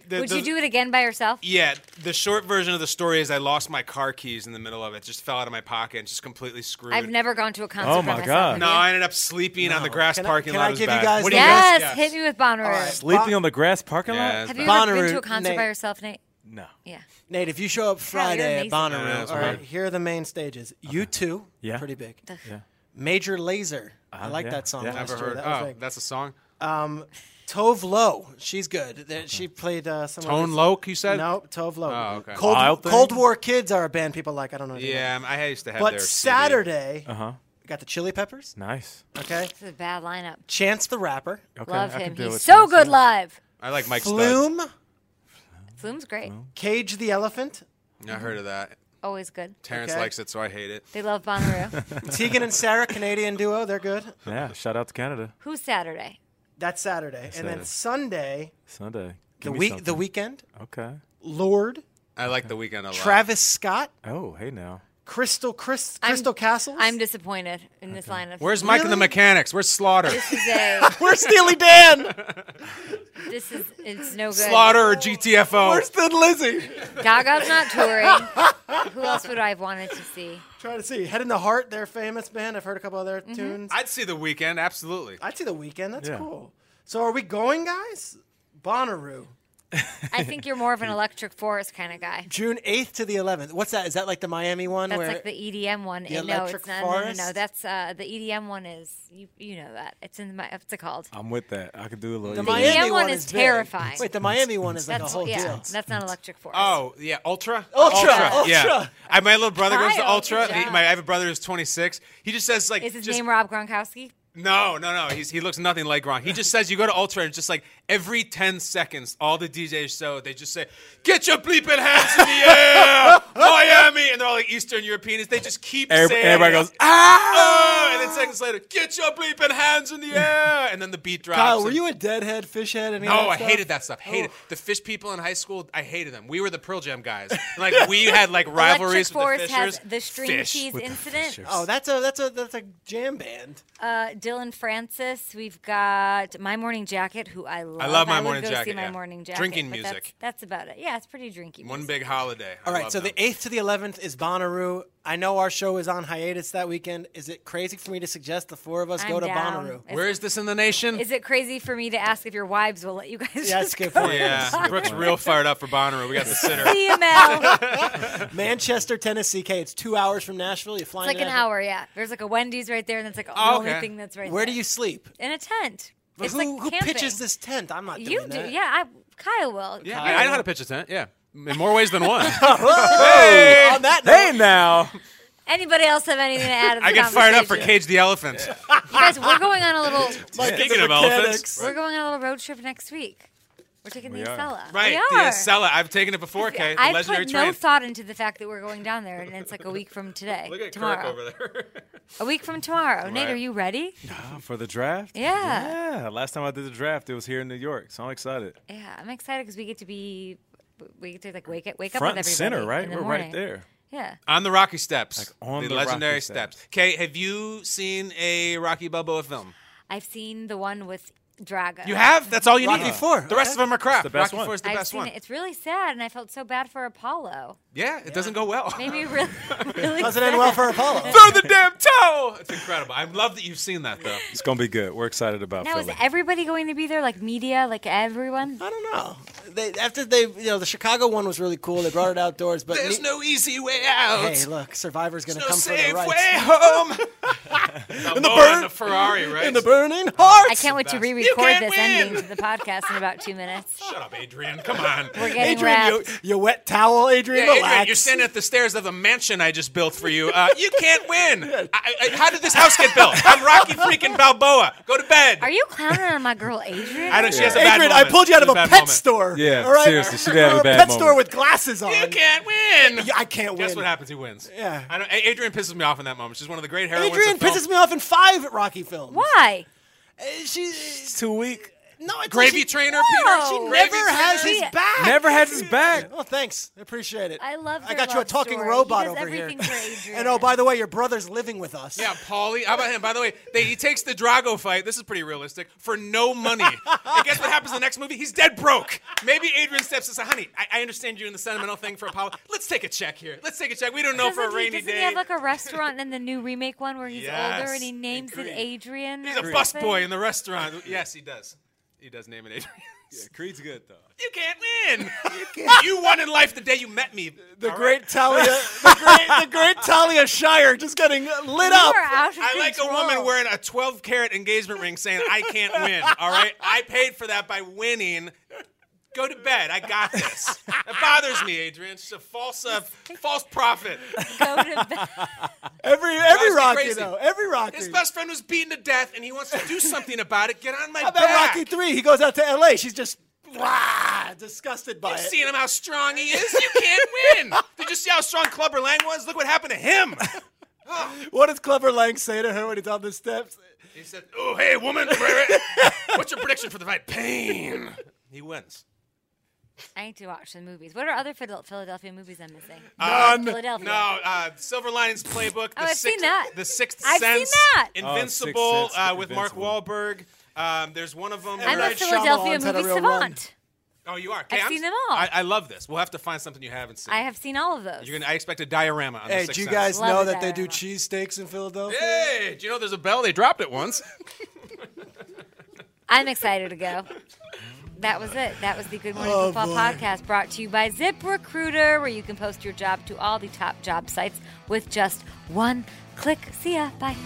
Speaker 3: the-
Speaker 1: Would
Speaker 3: the-
Speaker 1: you do it again by yourself?
Speaker 3: Yeah, the short version of the story is I lost my car keys in the middle of it. Just fell out of my pocket and just completely screwed.
Speaker 1: I've never gone to a concert.
Speaker 2: Oh
Speaker 1: by
Speaker 2: my
Speaker 1: myself.
Speaker 2: God.
Speaker 1: Have
Speaker 3: No,
Speaker 1: you?
Speaker 3: I ended up sleeping on the grass
Speaker 4: Can I-
Speaker 3: parking
Speaker 4: can
Speaker 3: lot.
Speaker 4: I
Speaker 3: It was
Speaker 4: give you
Speaker 3: bad.
Speaker 4: guys
Speaker 3: What do you guys?
Speaker 1: Yes,
Speaker 4: Yes.
Speaker 1: hit me with Bonnaroo.
Speaker 4: right.
Speaker 2: Sleeping on the grass parking
Speaker 3: Yeah,
Speaker 2: lot.
Speaker 1: Have you ever
Speaker 4: Bonnaroo,
Speaker 1: been to a concert by
Speaker 4: Nate.
Speaker 1: yourself, Nate?
Speaker 2: No.
Speaker 1: Yeah.
Speaker 4: Nate, if you show up
Speaker 1: you're
Speaker 4: Friday at
Speaker 1: amazing.
Speaker 4: Bonnaroo,
Speaker 3: Yeah, that's
Speaker 4: all right,
Speaker 3: weird.
Speaker 4: here are the main stages. You two,
Speaker 2: Yeah.
Speaker 4: pretty big.
Speaker 2: Yeah.
Speaker 4: Major Laser. I like
Speaker 2: yeah,
Speaker 4: that song.
Speaker 2: yeah.
Speaker 4: last
Speaker 3: Never
Speaker 4: year.
Speaker 3: heard.
Speaker 4: That was
Speaker 3: oh,
Speaker 4: big.
Speaker 3: that's a song.
Speaker 4: Tove Lo. She's good. There- She played uh, someone.
Speaker 3: Tone
Speaker 4: that's-
Speaker 3: Loc, you said?
Speaker 4: No, Tove Lo.
Speaker 3: Oh, okay.
Speaker 4: Cold,
Speaker 2: Wild Thing?
Speaker 4: Cold War Kids are a band people like. I don't know. anything about
Speaker 3: Yeah, um, I used to have.
Speaker 4: them.
Speaker 3: their
Speaker 4: But
Speaker 3: CD.
Speaker 4: Saturday, uh-huh. we got the Chili Peppers.
Speaker 2: Nice.
Speaker 4: Okay.
Speaker 1: This is a bad lineup.
Speaker 4: Chance the Rapper.
Speaker 2: Okay,
Speaker 1: Love
Speaker 2: I can
Speaker 1: him.
Speaker 2: deal
Speaker 1: He's
Speaker 2: with
Speaker 1: so
Speaker 2: this,
Speaker 1: good
Speaker 2: yeah.
Speaker 1: live.
Speaker 3: I like Mike Stud.
Speaker 4: Flume.
Speaker 1: Flume's great.
Speaker 4: Cage the Elephant.
Speaker 3: I heard of that.
Speaker 1: Always good.
Speaker 3: Terrence
Speaker 4: Okay.
Speaker 3: likes it, so I hate it.
Speaker 1: They love Bonnaroo.
Speaker 4: Tegan and Sarah, Canadian duo. They're good.
Speaker 2: Yeah, shout out to Canada.
Speaker 1: Who's Saturday?
Speaker 4: That's Saturday. and then
Speaker 2: Saturday.
Speaker 4: Sunday,
Speaker 2: Sunday.
Speaker 4: the
Speaker 2: Give me
Speaker 4: week, the
Speaker 2: something.
Speaker 4: weekend.
Speaker 2: Okay.
Speaker 4: Lord.
Speaker 3: I like the weekend a lot.
Speaker 4: Travis Scott.
Speaker 2: Oh, hey now.
Speaker 4: Crystal Chris,
Speaker 1: I'm-
Speaker 4: Crystal Castles.
Speaker 1: I'm disappointed in this lineup.
Speaker 3: Where's Mike and the
Speaker 4: Really?
Speaker 3: Mechanics? Where's Slaughter?
Speaker 1: This is a.
Speaker 4: Where's Steely Dan?
Speaker 1: This is. It's no good.
Speaker 3: Slaughter or GTFO?
Speaker 4: Where's Thin Lizzy?
Speaker 1: Gaga's not touring. Who else would I have wanted to see?
Speaker 4: Trying to see. Head in the Heart, they're a famous band. I've heard a couple of
Speaker 1: Mm-hmm.
Speaker 4: their tunes.
Speaker 3: I'd see the weekend. Absolutely.
Speaker 4: I'd see the weekend. That's
Speaker 2: Yeah.
Speaker 4: cool. So are we going, guys? Bonnaroo,
Speaker 1: I think you're more of an electric forest kind of guy.
Speaker 4: June eighth to the eleventh. What's that? Is that like the Miami one?
Speaker 1: That's
Speaker 4: where
Speaker 1: like the EDM one.
Speaker 4: The
Speaker 1: And no,
Speaker 4: Electric
Speaker 1: it's not. No, no, no.
Speaker 4: Forest?
Speaker 1: That's uh, the EDM one is you. You know that. It's in my. What's it called?
Speaker 2: I'm with that. I could do a little. easy.
Speaker 4: the Miami
Speaker 1: EDM one is
Speaker 4: big.
Speaker 1: terrifying.
Speaker 4: Wait, the Miami one is like
Speaker 1: That's
Speaker 4: a whole
Speaker 1: yeah.
Speaker 4: deal.
Speaker 1: That's not electric forest.
Speaker 3: Oh yeah, Ultra.
Speaker 4: Ultra, Ultra.
Speaker 3: Yeah. I, my little brother goes to
Speaker 1: Kyle,
Speaker 3: Ultra.
Speaker 1: good
Speaker 3: He-
Speaker 1: job.
Speaker 3: my, I have a brother who's 26. He just says like
Speaker 1: is his
Speaker 3: just-
Speaker 1: name Rob Gronkowski?
Speaker 3: No, no, no. He's, he looks nothing like Gronk. He just says you go to Ultra and it's just like every 10 seconds, all the DJs show, they just say, get your bleeping hands in the air, Miami. And they're all like Eastern Europeans. They just keep
Speaker 2: Every-
Speaker 3: saying
Speaker 2: everybody
Speaker 3: it.
Speaker 2: goes, ah!
Speaker 3: "Oh," and then seconds later, get your bleeping hands in the air. And then the beat drops.
Speaker 4: Kyle, were
Speaker 3: and-
Speaker 4: you a deadhead, fishhead, and
Speaker 3: no, I hated that stuff. Hated
Speaker 4: Oh.
Speaker 3: it. the fish people in high school. I hated them. We were the Pearl Jam guys. Like we had like
Speaker 1: electric
Speaker 3: rivalries
Speaker 1: forest
Speaker 3: with the Fishers.
Speaker 1: has the string
Speaker 3: Fish.
Speaker 1: cheese incident.
Speaker 4: Oh, that's a that's a that's a jam band.
Speaker 1: Uh, Dylan Francis. We've got My Morning Jacket, who I love.
Speaker 3: love My
Speaker 1: would
Speaker 3: Morning
Speaker 1: go See
Speaker 3: Jacket,
Speaker 1: my
Speaker 3: yeah.
Speaker 1: morning jacket.
Speaker 3: Drinking
Speaker 1: but
Speaker 3: music.
Speaker 1: That's, that's about it. Yeah, it's pretty drinky.
Speaker 3: One
Speaker 1: music.
Speaker 3: big holiday. I
Speaker 4: All right,
Speaker 3: love
Speaker 4: so
Speaker 3: them.
Speaker 4: the 8th to the 11th is Bonnaroo. I know our show is on hiatus that weekend. Is it crazy for me to suggest the four of us
Speaker 1: I'm
Speaker 4: go to
Speaker 1: down.
Speaker 4: Bonnaroo?
Speaker 1: It's-
Speaker 3: Where is this in the nation?
Speaker 1: Is it crazy for me to ask if your wives will let you guys?
Speaker 4: Yeah, that's
Speaker 1: just
Speaker 4: good
Speaker 1: go?
Speaker 4: for you.
Speaker 3: yeah, Brooks real fired up for Bonnaroo. We got the sitter.
Speaker 1: See you, Mel. It's
Speaker 4: Manchester, Tennessee, K. It's two hours from Nashville. You fly
Speaker 1: like an hour. Yeah, there's like a Wendy's right there, and that's like the
Speaker 3: Oh,
Speaker 1: only
Speaker 3: okay.
Speaker 1: thing that's right.
Speaker 4: Where do
Speaker 1: there.
Speaker 4: you sleep?
Speaker 1: In a tent.
Speaker 4: But
Speaker 1: it's
Speaker 4: who
Speaker 1: like
Speaker 4: who
Speaker 1: camping.
Speaker 4: pitches this tent? I'm not
Speaker 1: You
Speaker 4: doing
Speaker 1: do.
Speaker 4: that.
Speaker 1: Yeah, I, Kyle will.
Speaker 3: Yeah, I, I know how to pitch a tent. Yeah, in more ways than one.
Speaker 4: Whoa! On that note,
Speaker 2: Hey now.
Speaker 1: Anybody else have anything to add? to
Speaker 3: I
Speaker 1: the
Speaker 3: get fired up for
Speaker 1: conversation?
Speaker 3: Cage the elephant.
Speaker 1: You guys, we're going on a little.
Speaker 4: Mike, it's
Speaker 3: Speaking
Speaker 4: a
Speaker 3: of elephants.
Speaker 4: mechanics.
Speaker 1: We're going on a little road trip next week. We're taking the
Speaker 2: are.
Speaker 1: Acela.
Speaker 3: Right,
Speaker 1: we
Speaker 3: the
Speaker 1: are.
Speaker 3: Acela. I've taken it before, Kate. The
Speaker 1: I
Speaker 3: legendary
Speaker 1: put
Speaker 3: train.
Speaker 1: no thought into the fact that we're going down there, and it's like a week from today.
Speaker 3: Look at
Speaker 1: tomorrow.
Speaker 3: Kirk over there.
Speaker 1: A week from tomorrow. Nate,
Speaker 3: Right.
Speaker 1: are you ready?
Speaker 2: Oh, For the draft?
Speaker 1: Yeah.
Speaker 2: Yeah. Last time I did the draft, it was here in New York, so I'm excited.
Speaker 1: Yeah, I'm excited because we get to be, we get to like wake up, wake
Speaker 2: Front
Speaker 1: up
Speaker 2: and
Speaker 1: with everybody
Speaker 2: center, right?
Speaker 1: in the
Speaker 2: We're
Speaker 1: morning.
Speaker 2: right there.
Speaker 1: Yeah.
Speaker 3: on the Rocky Steps,
Speaker 2: on
Speaker 3: the,
Speaker 2: the
Speaker 3: legendary
Speaker 2: Rocky
Speaker 3: steps.
Speaker 2: Steps.
Speaker 3: Kate, have you seen a Rocky Balboa film?
Speaker 1: I've seen the one with Drago.
Speaker 3: You have. That's all you
Speaker 4: Rocky
Speaker 3: need.
Speaker 4: Four,
Speaker 3: The
Speaker 4: okay.
Speaker 3: rest of them are crap.
Speaker 2: the best
Speaker 3: Rocky
Speaker 2: one.
Speaker 3: Four is the
Speaker 1: I've
Speaker 3: best
Speaker 1: seen
Speaker 3: one.
Speaker 1: it. It's really sad, and I felt so bad for Apollo.
Speaker 3: Yeah, it doesn't go well.
Speaker 1: Made me really, really
Speaker 4: Doesn't end well
Speaker 1: sad.
Speaker 4: for Apollo.
Speaker 3: Throw the damn towel. It's incredible. I love that you've seen that though.
Speaker 2: It's gonna be good. We're excited about
Speaker 1: Now is
Speaker 2: Philly.
Speaker 1: everybody going to be there? Like media, like everyone?
Speaker 4: I don't know. They, after they, you know, the Chicago one was really cool. They brought it outdoors, but
Speaker 3: There's
Speaker 4: ne-
Speaker 3: no easy way out.
Speaker 4: Hey, look, Survivor's gonna
Speaker 3: There's no
Speaker 4: come for the
Speaker 3: safe
Speaker 4: rights.
Speaker 3: way home. in the burn, the Ferrari, right?
Speaker 4: In the burning hearts.
Speaker 1: I can't wait to
Speaker 3: best. You
Speaker 1: re-record
Speaker 3: can't
Speaker 1: this
Speaker 3: win!
Speaker 1: ending to the podcast in about two minutes.
Speaker 3: Shut up, Adrian. Come on.
Speaker 1: We're getting
Speaker 4: Adrian, you,
Speaker 1: wrapped.
Speaker 4: you wet towel, Adrian.
Speaker 3: Yeah, Adrian,
Speaker 4: relax.
Speaker 3: you're standing at the stairs of the mansion I just built for you. Uh, you can't win. I, I, how did this house get built? I'm Rocky freaking Balboa. Go to bed.
Speaker 1: Are you clowning on my girl Adrian?
Speaker 3: I don't. She has a bad
Speaker 4: Adrian, I
Speaker 3: moment.
Speaker 4: pulled you out
Speaker 3: She
Speaker 4: of a
Speaker 3: has
Speaker 4: pet
Speaker 3: bad moment.
Speaker 4: store.
Speaker 2: Yeah,
Speaker 4: all right?
Speaker 2: seriously, she did have a
Speaker 4: Or
Speaker 2: bad
Speaker 4: pet
Speaker 2: moment.
Speaker 4: store with glasses on.
Speaker 3: You can't win.
Speaker 4: I can't win.
Speaker 3: Guess what happens? He wins.
Speaker 4: Yeah.
Speaker 3: I don't, A- Adrian pisses me off in that moment. She's one of the great heroines.
Speaker 4: Adrian
Speaker 3: of film.
Speaker 4: pisses me off in five Rocky films.
Speaker 1: Why?
Speaker 4: She
Speaker 2: It's too weak.
Speaker 4: no it's
Speaker 3: Gravy
Speaker 4: she,
Speaker 3: Trainer,
Speaker 1: No.
Speaker 3: Peter.
Speaker 4: She
Speaker 1: Gravy
Speaker 4: never
Speaker 3: Trainer.
Speaker 4: has his
Speaker 1: Yeah.
Speaker 4: back.
Speaker 2: Never had his back.
Speaker 4: Oh, thanks. I appreciate it.
Speaker 1: I love.
Speaker 4: I
Speaker 1: their
Speaker 4: got you a
Speaker 1: love
Speaker 4: talking
Speaker 1: story.
Speaker 4: robot
Speaker 1: he does
Speaker 4: over here.
Speaker 1: everything For Adrian.
Speaker 4: And oh, by the way, your brother's living with us.
Speaker 3: Yeah, Paulie. How about him? By the way, they, he takes the Drago fight. This is pretty realistic for no money. and guess what happens in the next movie? He's dead broke. Maybe Adrian steps and says, "Honey, I, I understand you're in the sentimental thing for Apollo. Let's take a check here. Let's take a check. We don't know for a
Speaker 1: doesn't he,
Speaker 3: rainy
Speaker 1: doesn't
Speaker 3: day."
Speaker 1: he have like a restaurant in the new remake one where he's older
Speaker 3: Yes,
Speaker 1: and he names it
Speaker 3: agreed.
Speaker 1: Adrian?
Speaker 3: He's a
Speaker 1: or
Speaker 3: busboy
Speaker 1: something?
Speaker 3: in the restaurant. Yes, he does. he does name an Adrian.
Speaker 2: Yeah, Creed's good though.
Speaker 3: You can't win. you, can't. you won in life the day you met me.
Speaker 4: The
Speaker 3: All right.
Speaker 4: great Talia, the great, the great Talia Shire, just getting lit up.
Speaker 1: You are out of
Speaker 3: I like a woman
Speaker 1: control.
Speaker 3: wearing a 12 carat engagement ring saying, I can't win. All right? I paid for that by winning. Go to bed. I got this. That bothers me, Adrian. It's a false, uh, false prophet.
Speaker 1: Go to bed.
Speaker 4: Every every
Speaker 3: Drives me
Speaker 4: Rocky
Speaker 3: crazy.
Speaker 4: though, every Rocky.
Speaker 3: His best friend was beaten to death, and he wants to do something about it. Get on my
Speaker 4: How about
Speaker 3: back.
Speaker 4: Rocky Three? He goes out to L.A. She's just rah, disgusted by
Speaker 3: You've
Speaker 4: it.
Speaker 3: seen him how strong he is. You can't win. Did you see how strong Clubber Lang was? Look what happened to him.
Speaker 4: What does Clever Lang say to her when he's on the steps?
Speaker 3: He said, "Oh, hey, woman, what's your prediction for the fight? Pain." He wins.
Speaker 1: I need to watch some movies. What are other Phil- Philadelphia movies I'm missing?
Speaker 3: None.
Speaker 1: Philadelphia.
Speaker 3: Um,
Speaker 1: Oh,
Speaker 3: No, uh, Silver Linings Playbook. The
Speaker 1: I've
Speaker 3: sixth,
Speaker 1: seen that.
Speaker 3: The Sixth
Speaker 1: I've seen
Speaker 3: Sense.
Speaker 1: that.
Speaker 2: Oh, Sixth
Speaker 3: Invincible
Speaker 2: Sense,
Speaker 3: uh, with
Speaker 2: Invincible.
Speaker 3: Mark Wahlberg. Um, there's one of them.
Speaker 1: I'm
Speaker 3: where
Speaker 1: a
Speaker 3: I-
Speaker 4: Shyamalan's
Speaker 1: Philadelphia
Speaker 4: had a
Speaker 1: movie
Speaker 4: real
Speaker 1: savant.
Speaker 4: run.
Speaker 3: oh, you are. Okay,
Speaker 1: I've
Speaker 3: I'm-
Speaker 1: seen them all.
Speaker 3: I, I love this. We'll have to find something you haven't seen.
Speaker 1: I have seen all of those.
Speaker 3: You're gonna. I expect a diorama on the
Speaker 4: Hey,
Speaker 3: Sixth
Speaker 4: do you
Speaker 3: Sense.
Speaker 4: guys
Speaker 1: Love
Speaker 4: know
Speaker 1: a
Speaker 4: that they do
Speaker 1: diorama.
Speaker 4: cheesesteaks in Philadelphia?
Speaker 3: Hey, do you know there's a bell? They dropped it once.
Speaker 1: I'm excited to go. That was it. That was the Good Morning Football podcast brought to you by ZipRecruiter, where you can post your job to all the top job sites with just one click. See ya. Bye.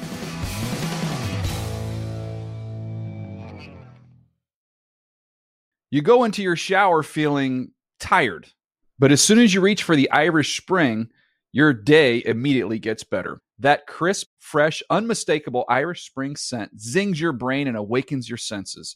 Speaker 6: You go into your shower feeling tired, but as soon as you reach for the Irish Spring, your day immediately gets better. That crisp, fresh, unmistakable Irish Spring scent zings your brain and awakens your senses.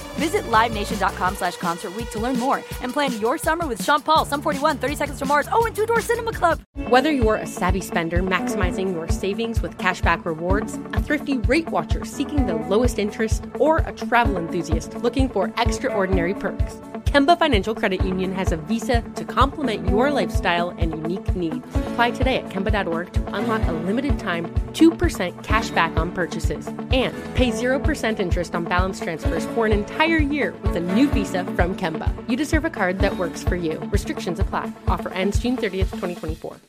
Speaker 5: Visit LiveNation.com slash Concert Week to learn more and plan your summer with Sean Paul, Sum 41, 30 Seconds to Mars, oh, and Two Door Cinema Club.
Speaker 7: Whether you're a savvy spender maximizing your savings with cashback rewards, a thrifty rate watcher seeking the lowest interest, or a travel enthusiast looking for extraordinary perks, Kemba Financial Credit Union has a visa to complement your lifestyle and unique needs. Apply today at Kemba.org to unlock a limited time 2% cashback on purchases and pay 0% interest on balance transfers for an entire year with a new visa from Kemba. You deserve a card that works for you. Restrictions apply. Offer ends June 30th, 2024.